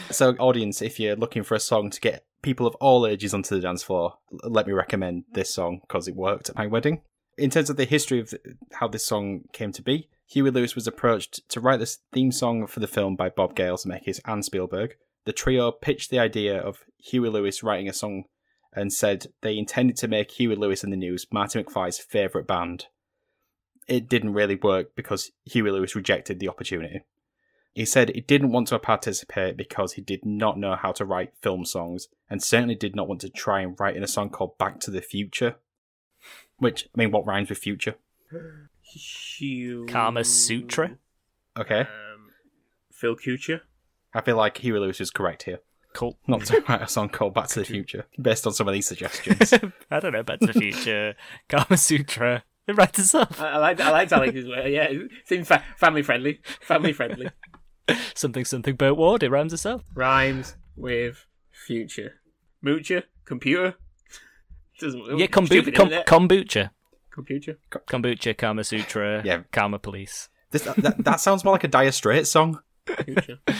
A: So, audience, if you're looking for a song to get people of all ages onto the dance floor, l- let me recommend this song because it worked at my wedding. In terms of the history of th- how this song came to be, Huey Lewis was approached to write this theme song for the film by Bob Gale, Zemeckis, and Spielberg. The trio pitched the idea of Huey Lewis writing a song and said they intended to make Huey Lewis and the News Marty McFly's favourite band. It didn't really work because Huey Lewis rejected the opportunity. He said he didn't want to participate because he did not know how to write film songs and certainly did not want to try and write in a song called Back to the Future. Which, I mean, what rhymes with future?
B: Hugh...
C: Kama Sutra.
A: Okay.
B: Um, Phil Kucher.
A: I feel like Huey Lewis is correct here.
C: Cool.
A: Not to write a song called Back to the Future based on some of these suggestions.
C: I don't know. Back to the Future, Kama Sutra. It writes itself.
B: I, I like I like Alex's way. Yeah, it seems fa- family friendly. Family friendly.
C: Something something Burt Ward. It rhymes itself.
B: Rhymes with future. Moocher. Computer. Doesn't
C: Yeah, kombu-
B: stupid,
C: com-
B: isn't it?
C: kombucha.
B: Computer.
C: Kombucha, Kama Sutra,
A: Yeah.
C: Kama Police.
A: this, that, that, that sounds more like a Dire Straits song.
B: Computer.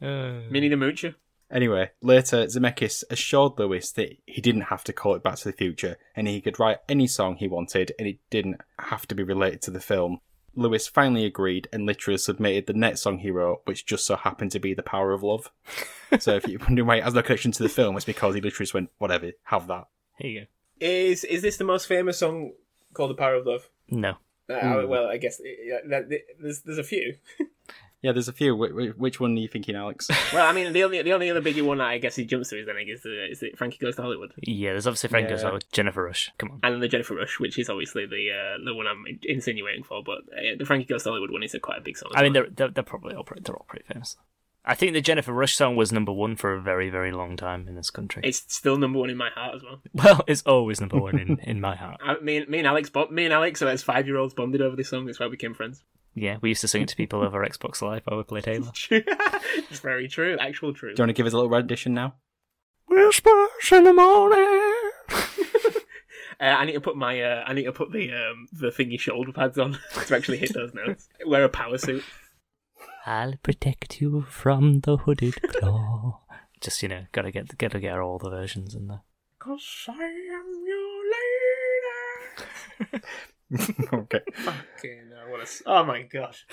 C: Uh,
B: Mini the Moocher.
A: Anyway, later Zemeckis assured Lewis that he didn't have to call it Back to the Future and he could write any song he wanted and it didn't have to be related to the film. Lewis finally agreed and literally submitted the next song he wrote, which just so happened to be The Power of Love. so if you're wondering why it has no connection to the film, it's because he literally just went, whatever, have that.
C: here you
B: Is is this the most famous song called "The Power of Love"?
C: go. No.
B: Uh,
C: Hmm.
B: Well, I guess uh, that, that- there's there's a few.
A: Yeah, there's a few. Wh- wh- Which one are you thinking, Alex?
B: Well, I mean, the only the only other biggie one that I guess he jumps to is then I guess the, is the Frankie Goes to Hollywood
C: Yeah, there's obviously Frank
A: Yeah.
C: as well. Jennifer Rush. Come on.
B: and then the Jennifer Rush, which is obviously the uh, the one I'm insinuating for. But uh, the Frankie Goes to Hollywood one is a quite a big song. as
C: I mean,
B: well.
C: they're, they're, they're probably all pretty, they're all pretty famous. I think the Jennifer Rush song was number one for a very, very long time in this country.
B: it's still number one in my heart as well.
C: well, it's always number one in, in my heart.
B: I, me, and, me and Alex, bo- me and Alex, so as five year olds, bonded over this song. That's why we became friends.
C: Yeah, we used to sing it to people over Xbox Live while we played Halo.
B: it's very true, actual truth.
A: Do you want to give us a little rendition now?
C: Whispers in the morning.
B: Uh, I need to put my uh, I need to put the um, the thingy shoulder pads on to actually hit those notes. Wear a power suit.
C: I'll protect you from the hooded claw. Just you know, gotta get gotta get all the versions in there.
B: Cause I am your
A: okay.
B: lady. Fucking, uh, what a s- oh my gosh!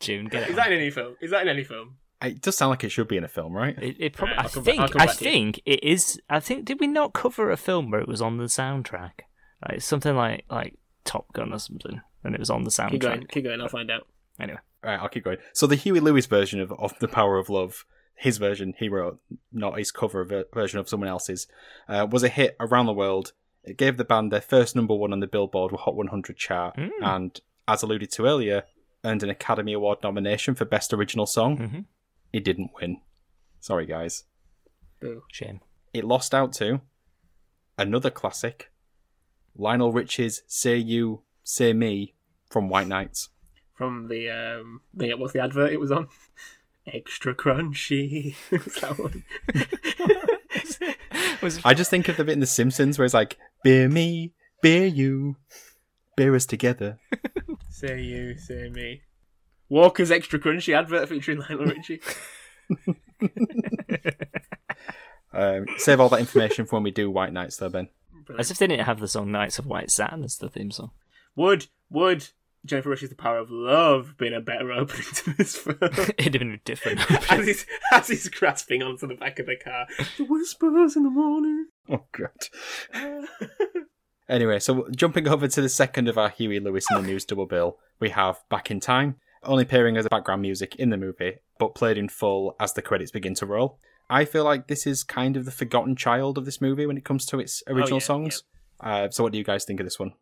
C: June, get
B: Is
C: it.
B: that in any film? Is that in any film?
A: It does sound like it should be in a film, right?
C: It, it prob-
B: Right,
C: I
B: I'll come back- I'll
C: think
B: come
C: I
B: back to you.
C: think it is. I think did we not cover a film where it was on the soundtrack? Like something like like Top Gun or something, and it was on the
B: Keep going,
C: soundtrack.
B: keep going. I'll find out.
C: Anyway,
A: Right, I'll keep going. So the Huey Lewis version of, of The Power of Love, his version he wrote, not his cover ver- version of someone else's, uh, was a hit around the world. It gave the band their first number one on the Billboard Hot 100 chart,
C: Mm.
A: and as alluded to earlier, earned an Academy Award nomination for Best Original Song.
C: Mhm.
A: It didn't win. Sorry, guys.
B: Boo.
C: shame.
A: It lost out to another classic, Lionel Richie's "Say You, Say Me" from White Nights.
B: From the um, the what's the advert it was on? Extra crunchy. What's that one?
C: Was
A: I just think of the bit in The Simpsons where it's like, beer me, beer you, beer us together.
B: say you, say me. Walker's extra crunchy advert featuring Lionel Richie.
A: Um, save all that information for when we do White Nights, though, Ben.
C: as if they didn't have the song "Knights of White Satin" as the theme song.
B: Would would Jennifer Rush's The Power of Love been a better opening to this film?
C: It'd have been different.
B: as he's as he's grasping onto the back of the car, the whispers in the morning.
A: Oh, God. anyway, so jumping over to the second of our Huey Lewis and the News double bill, we have Back in Time, only appearing as background music in the movie, but played in full as the credits begin to roll. I feel like this is kind of the forgotten child of this movie when it comes to its original
B: Oh, yeah,
A: songs. Uh, so, what do you guys think of this one?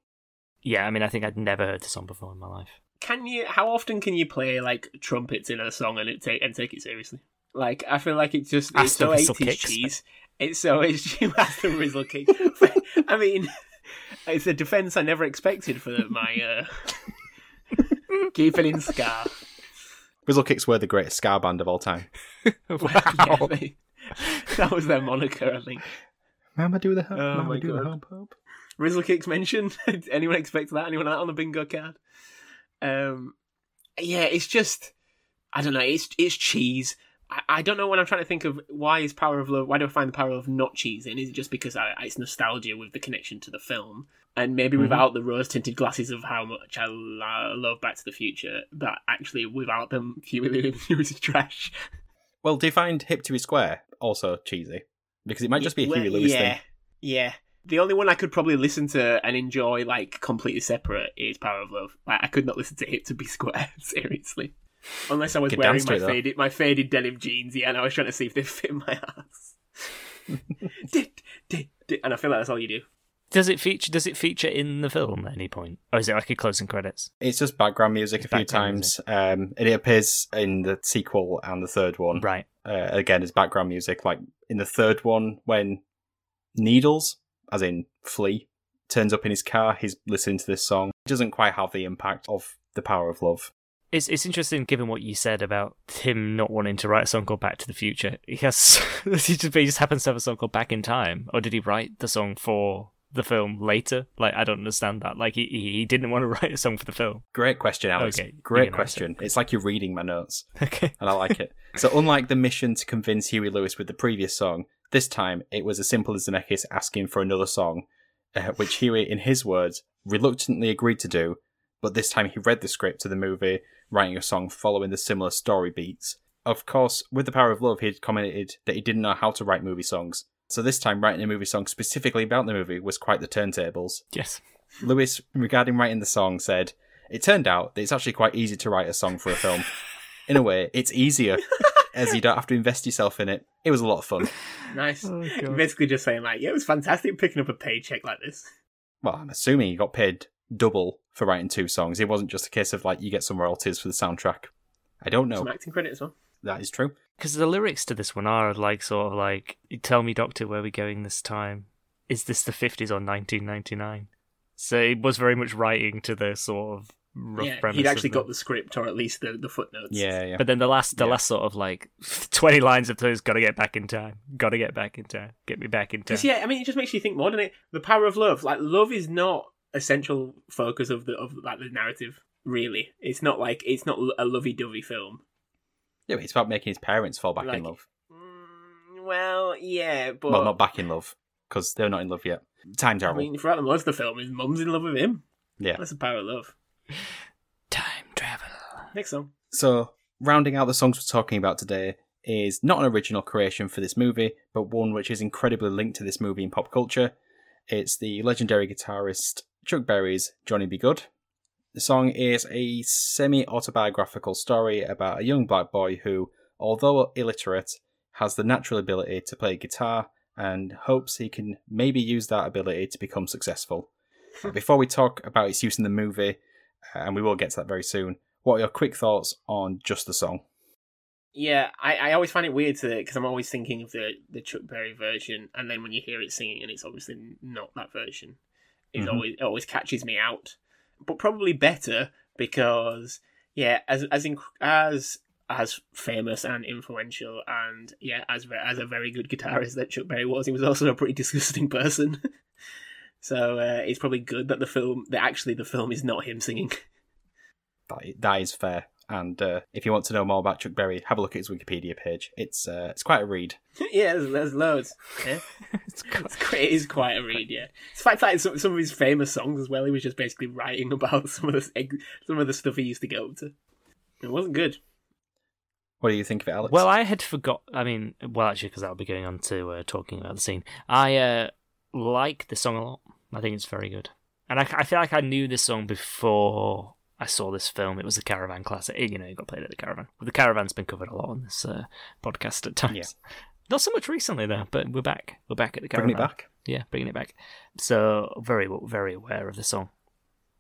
C: yeah, I mean, I think I'd never heard the song before in my life.
B: Can you? How often can you play like trumpets in a song and it take and take it seriously? Like I feel like it's just it's
C: Aston
B: so
C: Whistle
B: eighties
C: kicks.
B: cheese. It's so it's Aston Rizzle kicks. I mean, it's a defense I never expected for my uh, keeping in scar.
A: Rizzle Kicks were the greatest ska band of all time.
B: Yeah, they- that was their moniker, I think.
A: Mama do the hump.
B: Oh
A: Mama
B: my
A: do the
B: God.
A: hump hump.
B: Rizzle kicks mentioned. Did Anyone expect that? Anyone that on the bingo card? Um, yeah, it's just I don't know. It's it's cheese. I, I don't know what I'm trying to think of. Why is Power of Love? Why do I find the Power of Love not cheese in? Is it just because I, it's nostalgia with the connection to the film, and maybe without the rose tinted glasses of how much I lo- love Back to the Future, that actually without them, Huey Lewis is trash.
A: Well, do you find Hip to be Square also cheesy? Because it might just be a
B: Well,
A: Huey Lewis
B: yeah,
A: thing.
B: Yeah. The only one I could probably listen to and enjoy like completely separate is Power of Love. Like I could not listen to Hip to Be Square, seriously. Unless I was
A: Could
B: wearing
A: dance to
B: my
A: it, though.
B: faded my faded denim jeans, yeah, and I was trying to see if they fit my ass. Dip, dip, dip. and I feel like that's all you do.
C: Does it feature? Does it feature in the film at any point, or is it like a closing credits?
A: It's just background music a few
C: Background
A: times.
C: music.
A: Um, and it appears in the sequel and the third one.
C: Right.
A: Uh, again, as background music, like in the third one when Needles, as in Flea, turns up in his car, he's listening to this song. It doesn't quite have the impact of the power of love.
C: It's it's interesting given what you said about him not wanting to write a song called Back to the Future. He has he just, he just happens to have a song called Back in Time, or did he write the song for the film later? Like I don't understand that. Like he he he didn't want to write a song for the film.
A: Great question, Alex.
C: Okay, you
A: Great
C: can answer.
A: question. It's like you're reading my notes.
C: Okay.
A: and I like it. So, unlike the mission to convince Huey Lewis with the previous song, this time it was as simple as Zemeckis asking for another song, uh, which Huey, in his words, reluctantly agreed to do, but this time he read the script to the movie, writing a song following the similar story beats. Of course, with The Power of Love, he'd commented that he didn't know how to write movie songs, so this time writing a movie song specifically about the movie was quite the turntables.
C: Yes.
A: Lewis, regarding writing the song, said, It turned out that it's actually quite easy to write a song for a film. In a way, it's easier as you don't have to invest yourself in it. It was a lot of fun.
B: Nice.
C: Oh,
B: Basically just saying like, yeah, it was fantastic picking up a paycheck like this.
A: Well, I'm assuming he got paid double for writing two songs. It wasn't just a case of like you get some royalties for the soundtrack. I don't know.
B: Some acting credit as well.
A: That is true.
C: Because the lyrics to this one are like sort of like, "Tell me, Doctor, where we going this time? Is this the fifties or nineteen ninety nine? So it was very much writing to the sort of rough
B: yeah,
C: premise.
B: he'd actually
C: of
B: got the script or at least the, the footnotes.
A: Yeah, yeah.
C: But then the last, the
A: Yeah.
C: last sort of like twenty lines of those, gotta get back in time, gotta get back in time, get me back in time.
B: Because yeah, I mean, it just makes you think more, doesn't it? The power of love. Like love is not a central focus of the of like the narrative. Really, it's not like it's not a lovey dovey film.
A: yeah, but it's about making his parents fall back
B: Like-
A: in love.
B: Mm, well, yeah, but
A: well, not back in love because they're not in love yet. Time's
B: I
A: terrible.
B: mean, throughout the most of the film, his mum's in love with him.
A: yeah.
B: That's the power of love.
C: Time travel.
B: Next song.
A: So, rounding out the songs we're talking about today is not an original creation for this movie, but one which is incredibly linked to this movie in pop culture. It's the legendary guitarist Chuck Berry's Johnny Be Good. The song is a semi autobiographical story about a young black boy who, although illiterate, has the natural ability to play guitar and hopes he can maybe use that ability to become successful. Before we talk about its use in the movie, uh, and we will get to that very soon, what are your quick thoughts on just the song?
B: Yeah, I, I always find it weird to because I'm always thinking of the the Chuck Berry version, and then when you hear it singing, and it's obviously not that version. It
A: Mhm.
B: always it always catches me out, but probably better because yeah, as as in, as as famous and influential, and yeah, as ve- as a very good guitarist that Chuck Berry was, he was also a pretty disgusting person. so uh, it's probably good that the film that actually the film is not him singing.
A: That i- that is fair. And uh, if you want to know more about Chuck Berry, have a look at his Wikipedia page. It's uh, it's quite a read.
B: yeah, there's, there's loads. Yeah.
C: It's got-
B: It's quite, it is quite a read, yeah. It's the fact that some, some of his famous songs as well, he was just basically writing about some of the ex- some of the stuff he used to go to. It wasn't good.
A: What do you think of it, Alex?
C: Well, I had forgot. I mean, well, actually, because I'll be going on to uh, talking about the scene. I uh, like the song a lot. I think it's very good, and I, I feel like I knew this song before I saw this film. It was the Caravan classic. It- you know, it got played at the Caravan. Well, the Caravan's been covered a lot on this uh, podcast at times.
A: Yeah.
C: Not so much recently though, but we're back. We're back at the Caravan.
A: bringing it back.
C: Yeah, bringing it back. So very, very aware of the song.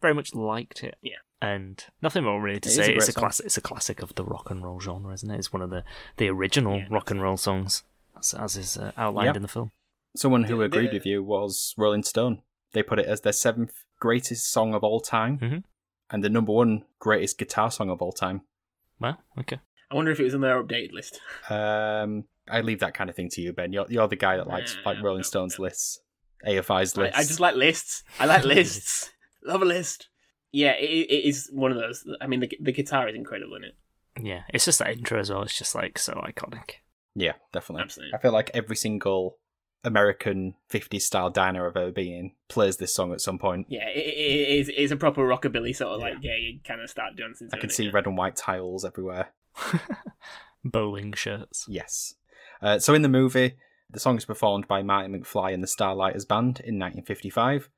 C: Very much liked it.
B: Yeah.
C: And nothing more really to
A: It is a
C: say.
A: great
C: it's a
A: song.
C: classic. It's a classic of the rock and roll genre, isn't it? It's one of the the original
B: Yeah.
C: rock and roll songs, as, as is uh, outlined
A: Yep.
C: in the film.
A: Someone who
B: The-
A: agreed
B: the-
A: with you was Rolling Stone. They put it as their seventh greatest song of all time,
B: Mm-hmm.
C: Mhm.
A: and the number one greatest guitar song of all time.
C: Well, okay.
B: I wonder if it was on their updated list.
A: Um, I leave that kind of thing to you, Ben. You're you're the guy that likes
B: Yeah,
A: like Rolling
B: yeah,
A: Stones
B: yeah.
A: lists, AFI's
B: I,
A: lists.
B: I just like lists. I like lists. Love a list. Yeah, it, it is one of those. I mean, the, the guitar is incredible in it.
C: Yeah, it's just that intro as well. It's just like so iconic.
A: Yeah, definitely.
B: Absolutely.
A: I feel like every single American 50s style diner I've ever been in plays this song at some point.
B: Yeah, it, it, it is it's a proper rockabilly sort of like yeah, you kind of start dancing. To
A: I can
B: it,
A: see
B: yeah.
A: red and white tiles everywhere.
C: Bowling shirts.
A: Yes. Uh, so in the movie, the song is performed by Martin McFly and the Starlighters Band in 1955.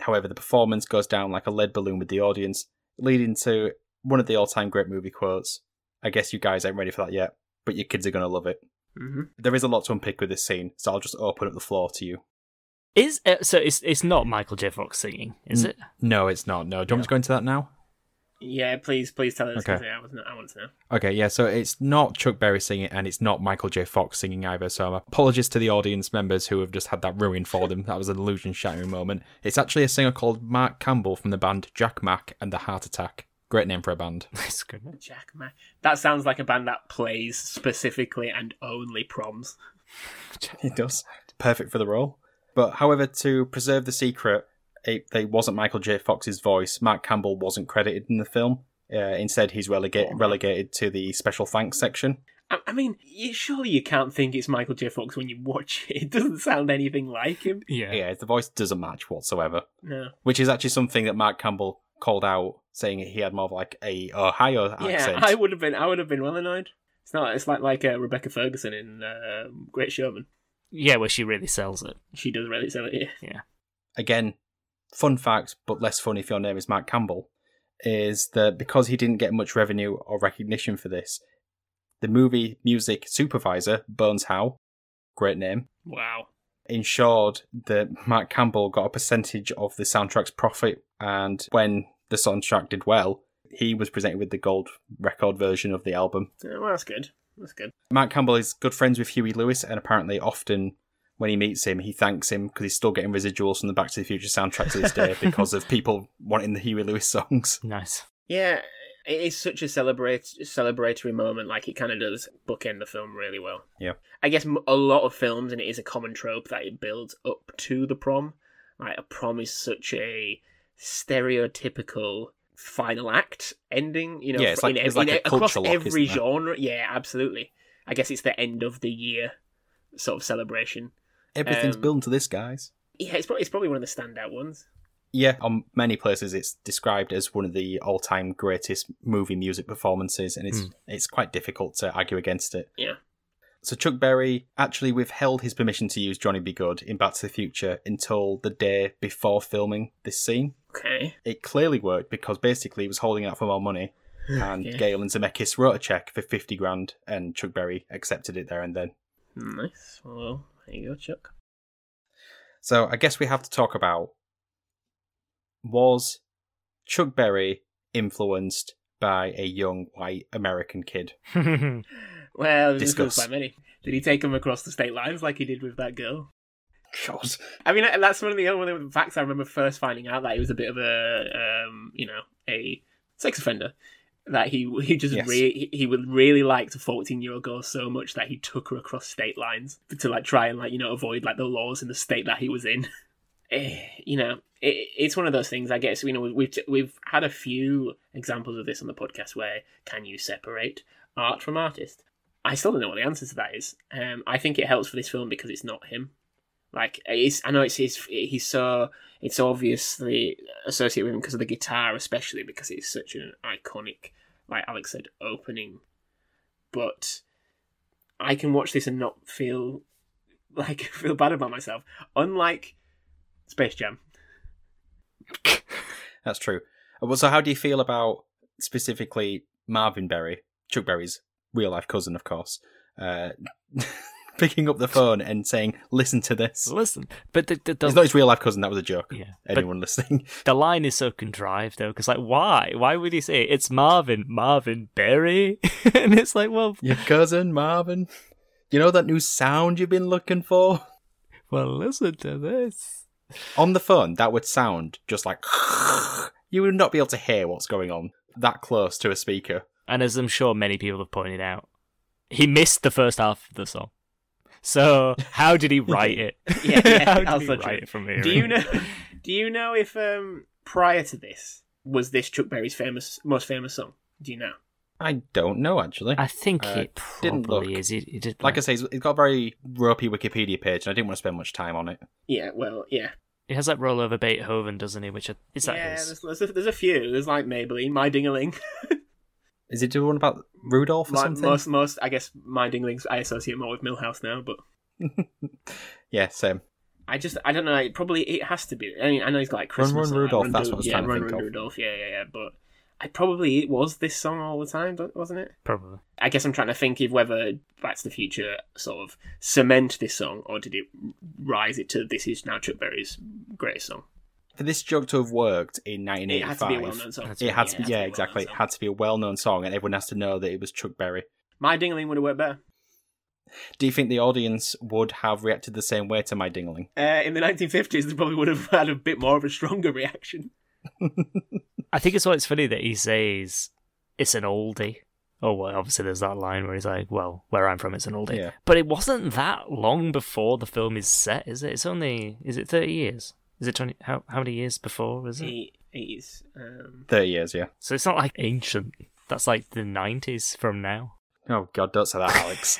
A: However, the performance goes down like a lead balloon with the audience, leading to one of the all time great movie quotes I guess you guys ain't ready for that yet, but your kids are going to love it.
B: Mhm.
A: There is a lot to unpick with this scene, so I'll just open up the floor to you.
C: Is uh, so it's it's not Michael J. Fox singing, is
A: Mm.
C: it?
A: No, it's not. No, do you want me to go into that now?
B: Yeah, please, please tell us.
A: Okay.
B: 'cause, yeah, I, wasn't, I want to know.
A: Okay, yeah, so it's not Chuck Berry singing and it's not Michael J. Fox singing either, so apologies to the audience members who have just had that ruined for them. That was an illusion shattering moment. It's actually a singer called Mark Campbell from the band Jack Mack and the Heart Attack. Great name for a band.
C: That's good.
B: Jack Ma That sounds like a band that plays specifically and only proms.
A: It does. Perfect for the role. But however, to preserve the secret, it, they wasn't Michael J. Fox's voice. Mark Campbell wasn't credited in the film. Uh, instead, he's relega- relegated to the special thanks section.
B: I, I mean, you, surely you can't think it's Michael J. Fox when you watch it. It doesn't sound anything like him.
C: Yeah.
A: Yeah, the voice doesn't match whatsoever.
B: No.
A: which is actually something that Mark Campbell called out, saying he had more of like a Ohio accent.
B: Yeah, I would have been. I would have been well annoyed. It's not. It's like like uh, Rebecca Ferguson in uh, Great Showman.
C: Yeah, where she really sells it.
B: She does really sell it. Yeah.
A: Again, fun fact, but less fun if your name is Mark Campbell, is that because he didn't get much revenue or recognition for this, the movie music supervisor Bones Howe, great name,
B: Wow.
A: ensured that Mark Campbell got a percentage of the soundtrack's profit, and when the soundtrack did well. He was presented with the gold record version of the album.
B: Yeah, well, that's good. That's good.
A: Mark Campbell is good friends with Huey Lewis, and apparently, often when he meets him, he thanks him because he's still getting residuals from the Back to the Future soundtrack to this day because of people wanting the Huey Lewis songs.
C: Nice.
B: Yeah, it is such a celebrate celebratory moment. Like it kind of does bookend the film really well.
A: Yeah.
B: I guess m- a lot of films, and it is a common trope that it builds up to the prom. Like a prom is such a stereotypical final act ending. You know,
A: Yeah, it's
B: for-
A: like-
B: in,
A: it's
B: ev- in
A: like a
B: e- across
A: culture lock,
B: every
A: isn't it?
B: genre. Yeah, absolutely. I guess it's the end of the year sort of celebration.
A: Everything's
B: Um,
A: built into this, guys.
B: Yeah, it's probably it's probably one of the standout ones.
A: Yeah, on many places, it's described as one of the all-time greatest movie music performances, and it's it's quite difficult to argue against it.
B: Hmm. Yeah.
A: So Chuck Berry actually withheld his permission to use Johnny B. Good in Back to the Future until the day before filming this scene.
B: Okay.
A: it clearly worked because basically he was holding out for more money, and
B: Okay.
A: Gale and Zemeckis wrote a check for fifty grand, and Chuck Berry accepted it there and then.
B: Nice. Well, there you go, Chuck.
A: So I guess we have to talk about was Chuck Berry influenced by a young white American kid?
B: Well, this goes
A: Discuss.
B: by many. Did he take him across the state lines like he did with that girl?
A: God,
B: I mean, that's one of the one of the facts I remember first finding out that he was a bit of a, um, you know, a sex offender. That he he just
A: Yes.
B: rea- he, he would really liked a fourteen year old girl so much that he took her across state lines to like try and like you know avoid like the laws in the state that he was in. Eh, you know, it, it's one of those things. I guess you know we've t- we've had a few examples of this on the podcast where can you separate art from artist? I still don't know what the answer to that is. Um, I think it helps for this film because it's not him. Like it's, I know it's his, he's so it's obviously associated with him because of the guitar, especially because it's such an iconic, like Alex said, opening. But I can watch this and not feel like feel bad about myself. Unlike Space Jam,
A: that's true. Uh, Well, so how do you feel about specifically Marvin Berry, Chuck Berry's real life cousin, of course? Uh, picking up the phone and saying, "Listen to this."
C: Listen, but the the,
A: It's not
C: the,
A: his real life cousin. That was a joke.
C: Yeah, but-
A: Anyone listening?
C: the line is so contrived though, because like why why would he say it's Marvin Marvin Berry? and it's like well
A: Your cousin Marvin. You know that new sound you've been looking for
C: well listen to this.
A: on the phone. That would sound just like you would not be able to hear what's going on that close to a speaker.
C: And as I'm sure many people have pointed out, he missed the first half of the song. So how did he write it?
B: Yeah, yeah,
C: how did
B: that's
C: he
B: so true.
C: write it from here?
B: do you know? Do you know if um prior to this was this Chuck Berry's famous most famous song? Do you know?
A: I don't know actually.
C: I think
A: Uh,
C: it
A: didn't
C: probably
A: look.
C: is. It, it did,
A: like I say, it's it's got a very ropey Wikipedia page, and I didn't want to spend much time on it.
B: Yeah, well, yeah.
C: it has that rollover Beethoven, doesn't it? Which I- is that
B: yeah,
C: his?
B: there's, there's, a, there's a few. There's like Maybelline, My Dingaling.
A: Is it the one about Rudolph or
B: Like,
A: something?
B: most, most, I guess, My Dingalings, I associate more with Millhouse now, but
A: yeah, same.
B: I just, I don't know. It probably, it has to be. I mean, I know he's got like
A: Run,
B: Christmas.
A: Run,
B: and, like,
A: Rudolph, that's what I was
B: yeah,
A: trying to
B: Run,
A: think
B: Run,
A: of.
B: Rudolph. Yeah, yeah, yeah. But I probably it was this song all the time, don't- wasn't it?
C: Probably.
B: I guess I'm trying to think of whether Back to the Future sort of cement this song, or did it rise it to this is now Chuck Berry's greatest song.
A: For this joke to have worked in
B: It
A: 1985,
B: had to be a well-known song.
C: That's
A: It had to be,
B: it
A: yeah,
B: a well-known
A: exactly. It
B: song.
A: had to be a well known song, and everyone has to know that it was Chuck Berry.
B: My Dingaling would have worked better.
A: Do you think the audience would have reacted the same way to my dingling?
B: Uh, in the 1950s, they probably would have had a bit more of a stronger reaction.
C: I think it's why it's funny that he says it's an oldie. Oh well, obviously there's that line where he's like, "Well, where I'm from, it's an oldie."
A: Yeah.
C: But it wasn't that long before the film is set, is it? It's only is it thirty years? Is it twenty? How how many years before is it?
B: Eight- 80s. Um,
A: 30 years, yeah.
C: So it's not like ancient. That's like the nineties from now.
A: Oh, God, don't say that, Alex.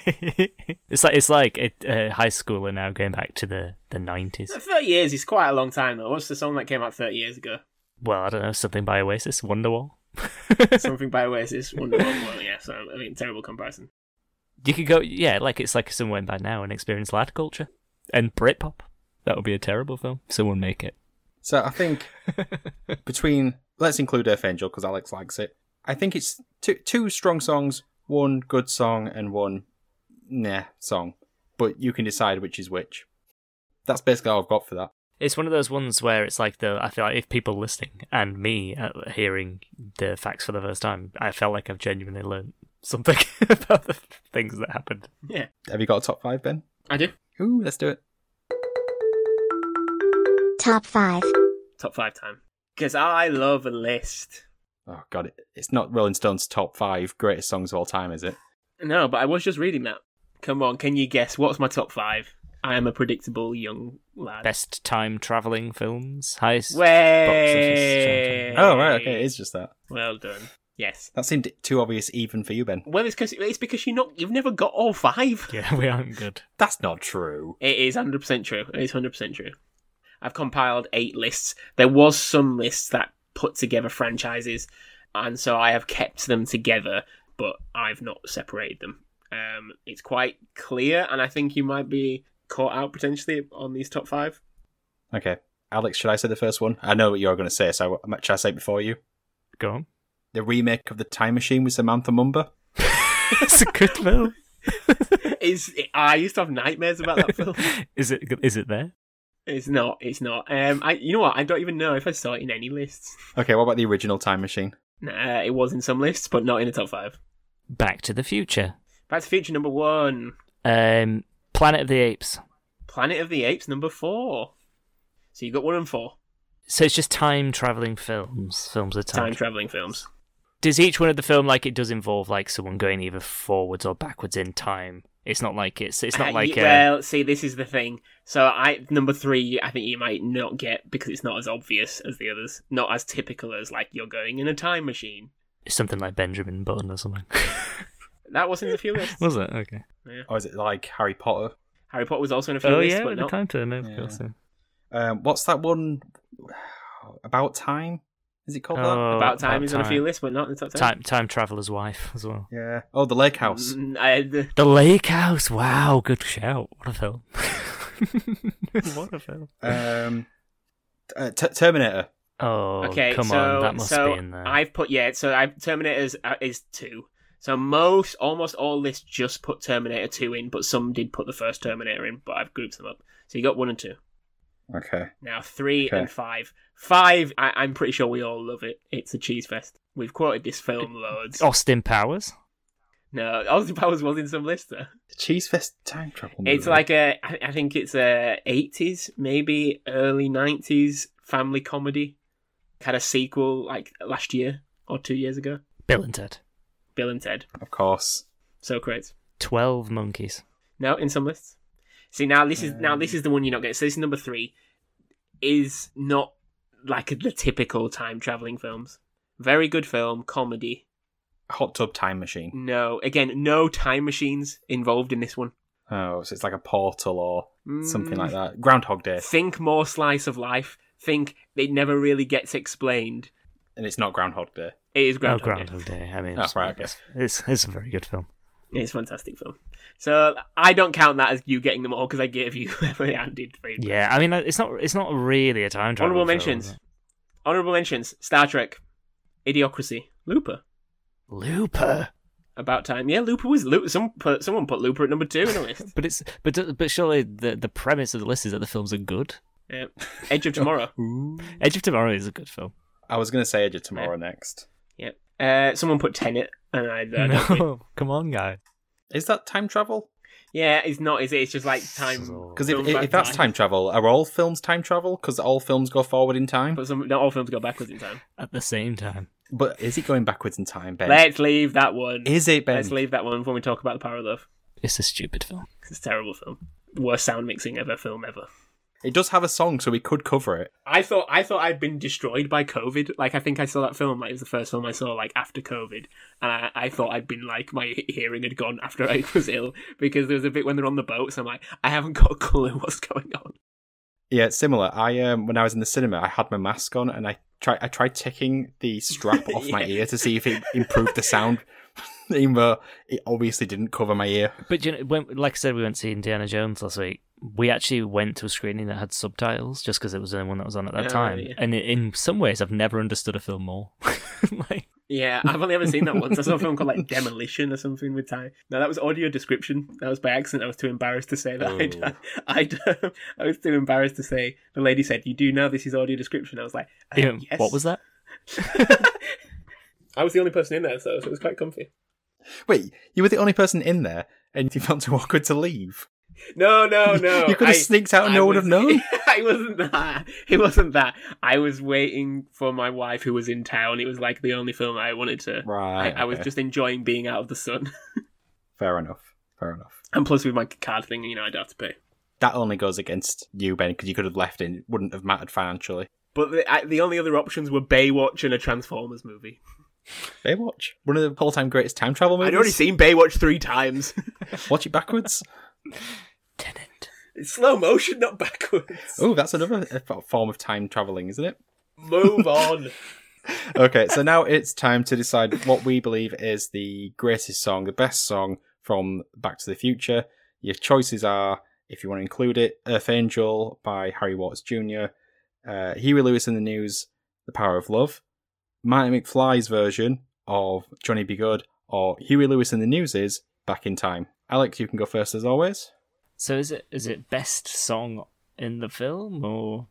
C: it's like it's like a, a high schooler now going back to the the nineties.
B: 30 years is quite a long time, though. What's the song that came out 30 years ago?
C: Well, I don't know something by Oasis, Wonderwall.
B: Something by Oasis, Wonderwall. Well, yeah, so, I mean, terrible comparison.
C: You could go, yeah, like it's like someone by now and experience lad culture and Britpop. That would be a terrible film. Someone make it.
A: so I think between, let's include Earth Angel because Alex likes it. I think it's two, two strong songs, one good song, and one nah song. But you can decide which is which. That's basically all I've got for that.
C: It's one of those ones where it's like the I feel like if people listening and me uh, hearing the facts for the first time, I felt like I've genuinely learned something about the things that happened.
B: Yeah,
A: Have you got a top five, Ben?
B: I do.
A: Ooh, let's do it.
E: Top 5.
B: Top five time. Because I love a list.
A: Oh, God, it, it's not Rolling Stone's top five greatest songs of all time, is it?
B: No, but I was just reading that. Come on, can you guess? What's my top five? I am a predictable young lad.
C: Best time traveling films, highest.
B: Way.
A: Oh, right, okay, it is just that.
B: Well done. Yes.
A: That seemed too obvious even for you, Ben.
B: Well, it's because it's because you not you've never got all five.
C: Yeah, we aren't good.
A: That's not true.
B: It is hundred percent true. It is hundred percent true. I've compiled eight lists. There was some lists that put together franchises, and so I have kept them together, but I've not separated them. Um, it's quite clear, and I think you might be caught out potentially on these top five.
A: Okay. Alex, should I say the first one? I know what you're going to say, so I- should I say it before you?
C: Go on.
A: The remake of The Time Machine with Samantha Mumba?
C: it's a good film.
B: Is I used to have nightmares about that film.
C: is it? Is it there?
B: It's not. It's not. Um, I. You know what? I don't even know if I saw it in any lists.
A: Okay, what about the original Time Machine?
B: Nah, it was in some lists, but not in the top five.
C: Back to the Future.
B: Back to the Future number one.
C: Um, Planet of the Apes.
B: Planet of the Apes number four. So you got one and four
C: So it's just time traveling films. Films of time.
B: Mm. time traveling films.
C: does each one of the film like it does involve like someone going either forwards or backwards in time? It's not like it's it's not
B: Uh,
C: like
B: y-
C: uh,
B: well, see, this is the thing. So I number three, I think you might not get because it's not as obvious as the others, not as typical as like you're going in a time machine.
C: uh, something like Benjamin Button or something.
B: That was in the few lists.
C: Was it okay?
A: Or is it like Harry Potter?
B: Harry Potter was also in a few
C: Oh
B: lists,
C: yeah,
B: but
C: with the
B: not.
C: time turner, of
A: Yeah.
C: course. yeah.
A: Um, what's that one? About Time? Is it called
C: Oh,
B: About time is on a few
C: Time.
B: lists, but not in the top ten.
C: Time time traveler's wife as well.
A: that? Yeah. Oh, The Lake House.
B: Mm, I- the-
C: The Lake House. Wow, good shout. What a film. what a film.
A: um, uh, T- Terminator.
C: Oh,
B: okay,
C: come
B: so,
C: on, that must
B: so
C: be in there.
B: I've put yeah. So I've Terminator is, uh, is two. So most, almost all lists just put Terminator two in, but some did put the first Terminator in. But I've grouped them up. So you got one and two.
A: Okay.
B: Now three
A: Okay.
B: and five. Five, I, I'm pretty sure we all love it. It's a cheese fest. We've quoted this film loads.
C: Austin Powers.
B: No, Austin Powers was in some list though.
A: Cheese Fest Time Travel.
B: It's
A: movie.
B: like a, I I think it's a 80s, maybe early 90s family comedy. Had a sequel like last year or two years ago.
C: Bill and Ted.
B: Bill and Ted.
A: Of course.
B: So great.
C: Twelve monkeys.
B: No, in some lists. See now this is now
C: Um,
B: this is the one you're not getting. So this is number three. Is not like the typical time traveling films. Very good film, comedy.
A: hot tub time machine.
B: No, again, no time machines involved in this one.
A: Oh, so it's like a portal or something
B: Mm.
A: like that. Groundhog Day,
B: Think more slice of life. Think it never really gets explained.
A: and it's not Groundhog Day.
B: It is
C: Oh,
B: Groundhog, Day.
C: Groundhog Day. I
B: Ah,
C: mean,
A: Oh,
C: it's,
A: right, I guess.
C: it's it's a very good film.
B: It's a fantastic film. So I don't count that as you getting them all because I gave you every handed three.
C: Yeah, I mean, it's not it's not really a time travel.
B: Honorable
C: film,
B: mentions.
C: is it?
B: Honorable mentions. Star Trek. Idiocracy. Looper.
C: Looper,
B: About time. Yeah, Looper was Looper. Some put, someone put Looper at number two in the list.
C: but it's but but surely the the premise of the list is that the films are good.
B: Yeah. Edge of Tomorrow.
C: Edge of Tomorrow is a good film.
A: I was going to say Edge of Tomorrow next.
B: Yeah. Uh, someone put Tenet, and I. I don't think-
C: no, come on, guys.
A: Is that time travel?
B: Yeah, it's not. Is it? It's just like time.
C: So-
A: Because if,
B: films
A: if,
B: back
A: if that's time travel, are all films time travel? Because all films go forward in time. But,
B: But some not all films go backwards in time.
C: At the same time,
A: is it going backwards in time, Ben?
B: Let's leave that one.
A: is it Ben?
B: Let's leave that one when we talk about the power of love.
C: it's a stupid film.
B: It's a terrible film. Worst sound mixing ever film ever.
A: It does have a song, so we could cover it.
B: I thought I thought I'd been destroyed by COVID. Like I think I saw that film. Like it was the first film I saw like after COVID, and I, I thought I'd been like my hearing had gone after I was ill because there was a bit when they're on the boats. I'm like I haven't got a clue what's going on.
A: Yeah, it's similar. I um, when I was in the cinema, I had my mask on, and I try I tried ticking the strap off my
B: Yeah.
A: ear to see if it improved the sound, even though it obviously didn't cover my ear.
C: But you know, when, like I said, we went to see Indiana Jones last week. We actually went to a screening that had subtitles just because it was the only one that was on at that
B: Oh,
C: time.
B: yeah.
C: And in- in some ways, I've never understood a film more. like,
B: Yeah, I've only ever seen that once. I saw a film called like Demolition or something with time. No, that was audio description. That was by accident. I was too embarrassed to say that.
A: Oh.
B: I'd, I'd, I was too embarrassed to say. The lady said, "You do know this is audio description." I was like, uh,
C: you know,
B: yes.
C: what was that?
B: I was the only person in there, so it was quite comfy.
A: Wait, you were the only person in there, and you felt too awkward to leave.
B: No, no, Oh, no.
A: you could
B: I-
A: have sneaked out, and
B: I
A: no one would have
B: was-
A: known.
B: it wasn't that. It wasn't that. I was waiting for my wife, who was in town. It was like the only film I wanted to. I,
A: Right.
B: I was
A: okay.
B: just enjoying being out of the sun,
A: fair enough. Fair enough.
B: and plus with my card thing, you know, I'd have to pay.
A: That only goes against you, Ben, because you could have left, and it wouldn't have mattered financially.
B: But the, I, the only other options were Baywatch and a Transformers movie.
A: Baywatch, one of the all-time greatest time travel movies.
B: I'd already seen Baywatch three times.
A: Watch it backwards.
C: Tenant.
B: it's slow motion, not backwards.
A: oh, that's another uh, form of time traveling, isn't it?
B: Move on.
A: okay, so now it's time to decide what we believe is the greatest song, the best song from Back to the Future. Your choices are, if you want to include it, Earth Angel by Harry Watts Jr., uh, Huey Lewis in the News, The Power of Love, Marty McFly's version of Johnny Be Good, or Huey Lewis in the News's Back in Time. Alex, you can go first as always.
C: So is it is it best song in the film or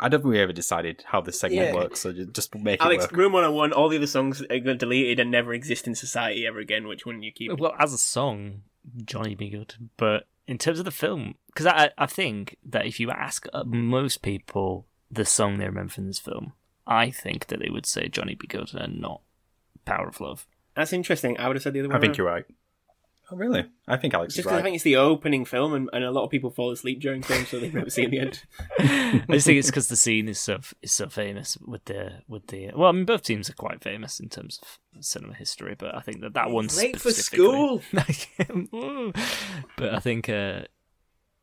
A: I don't think we ever decided how this segment
B: Yeah.
A: works, so ju- just make
B: Alex,
A: it work.
B: Room One Hundred One. All the other songs are gonna deleted and never exist in society ever again. Which one you keep?
C: well as a song Johnny Be Good, but in terms of the film because I I think that if you ask uh, most people the song they remember from this film, I think that they would say Johnny Be Good and not Power of Love.
B: That's interesting. I would have said the other one.
A: I think you're right. Oh, really? I think Alex
B: uh, Just
A: is
B: because
A: right.
B: I think it's the opening film, and, and a lot of people fall asleep during films, so they've never seen the end.
C: I just think it's because the scene is so is so famous with the with the well I mean both teams are quite famous in terms of cinema history, but I think that that one
B: late for
C: specifically-
B: school.
C: um, but I think uh,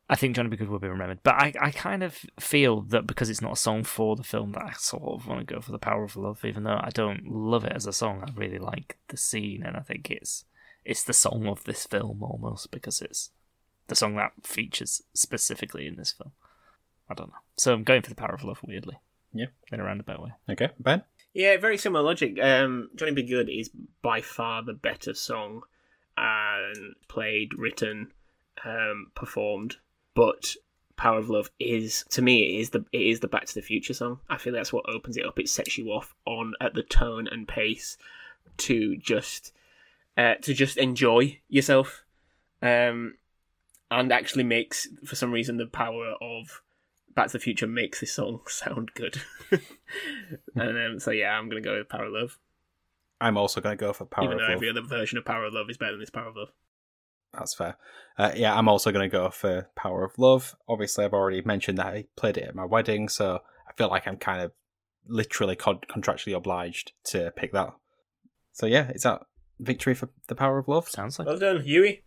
C: I think Johnny B. Good will be remembered. But I, I kind of feel that because it's not a song for the film, that I sort of want to go for the Power of Love, even though I don't love it as a song. I really like the scene, and I think it's it's the song of this film almost because it's the song that features specifically in this film. I don't know. So I'm going for the Power of Love, weirdly.
A: Yeah.
C: in a roundabout way.
A: Okay, Ben?
B: Yeah, very similar logic. Um, Johnny Be Good is by far the better song, and played, written, um, performed. But Power of Love is, to me, it is the it is the Back to the Future song. I feel that's what opens it up. It sets you off on at the tone and pace to just uh, to just enjoy yourself, um, and actually makes for some reason the power of Back to the Future makes this song sound good. and um, so yeah, I'm gonna go with Power of Love,
A: I'm also going to go for Power
B: even
A: of
B: though
A: Love.
B: every other version of Power of Love is better than this Power of Love.
A: That's fair. Uh, yeah, I'm also going to go for Power of Love. Obviously, I've already mentioned that I played it at my wedding, so I feel like I'm kind of literally con- contractually obliged to pick that. So yeah, it's at victory for the power of love.
C: Sounds like.
E: Well done, Huey.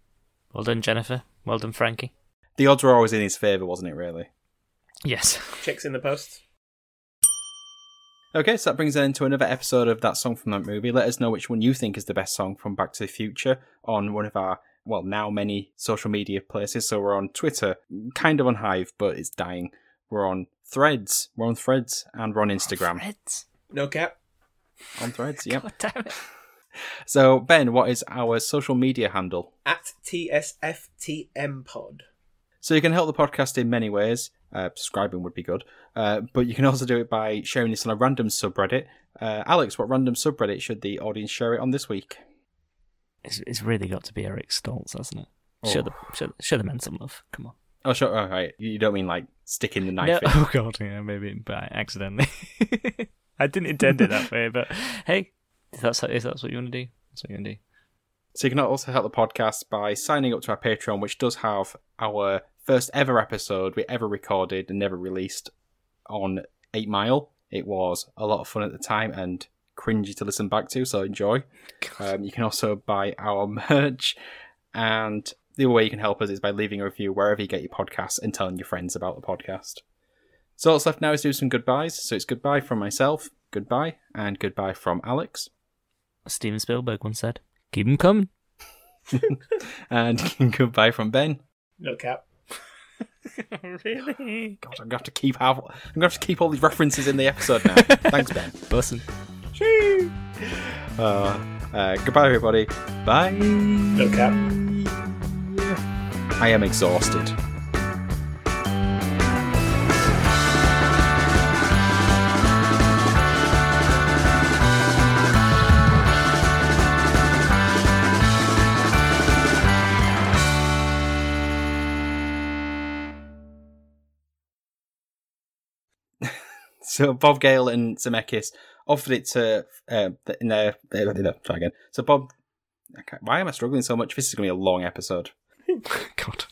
C: Well done, Jennifer. Well done, Frankie.
A: The odds were always in his favour, wasn't it, really?
C: Yes.
E: Checks in the post.
A: Okay, so that brings us into another episode of that song from that movie. Let us know which one you think is the best song from Back to the Future on one of our well now many social media places. So we're on Twitter, kind of on Hive, but it's dying. We're on Threads, we're on Threads, and we're on Instagram
C: Threads.
E: No cap.
A: on Threads. Yep.
C: God damn it.
A: So Ben, what is our social media handle?
E: At TSFTM pod.
A: So you can help the podcast in many ways. Uh, subscribing would be good, uh, but you can also do it by sharing this on a random subreddit. Uh, Alex, what random subreddit should the audience share it on this week?
C: It's, it's really got to be Eric Stoltz, hasn't it?
A: Oh.
C: Show the show, show the man some love. Come on.
A: Oh, sure. All right. You you don't mean like sticking the knife
C: No,
A: in.
C: oh god, yeah, maybe by accidentally. I didn't intend it that way, but hey, if that's if that's what you want to do, that's what you want to do.
A: So you can also help the podcast by signing up to our Patreon, which does have our first ever episode we ever recorded and never released on Eight Mile. It was a lot of fun at the time and cringy to listen back to, so enjoy. Um, you can also buy our merch, and the other way you can help us is by leaving a review wherever you get your podcasts and telling your friends about the podcast. So what's left now is do some goodbyes. So it's goodbye from myself, goodbye, and goodbye from Alex.
C: Steven Spielberg once said, "Keep 'em coming."
A: and goodbye from Ben.
E: No cap.
C: really?
A: God, I'm gonna have to keep have I'm gonna have to keep all these references in the episode now. Thanks, Ben.
C: Bussin'.
A: Uh, uh, goodbye, everybody. Bye.
E: No cap.
A: I am exhausted. So Bob Gale and Zemeckis offered it to uh, th- in their, their, their- try again. So Bob, okay, why am I struggling so much? This is going to be a long episode.
C: God.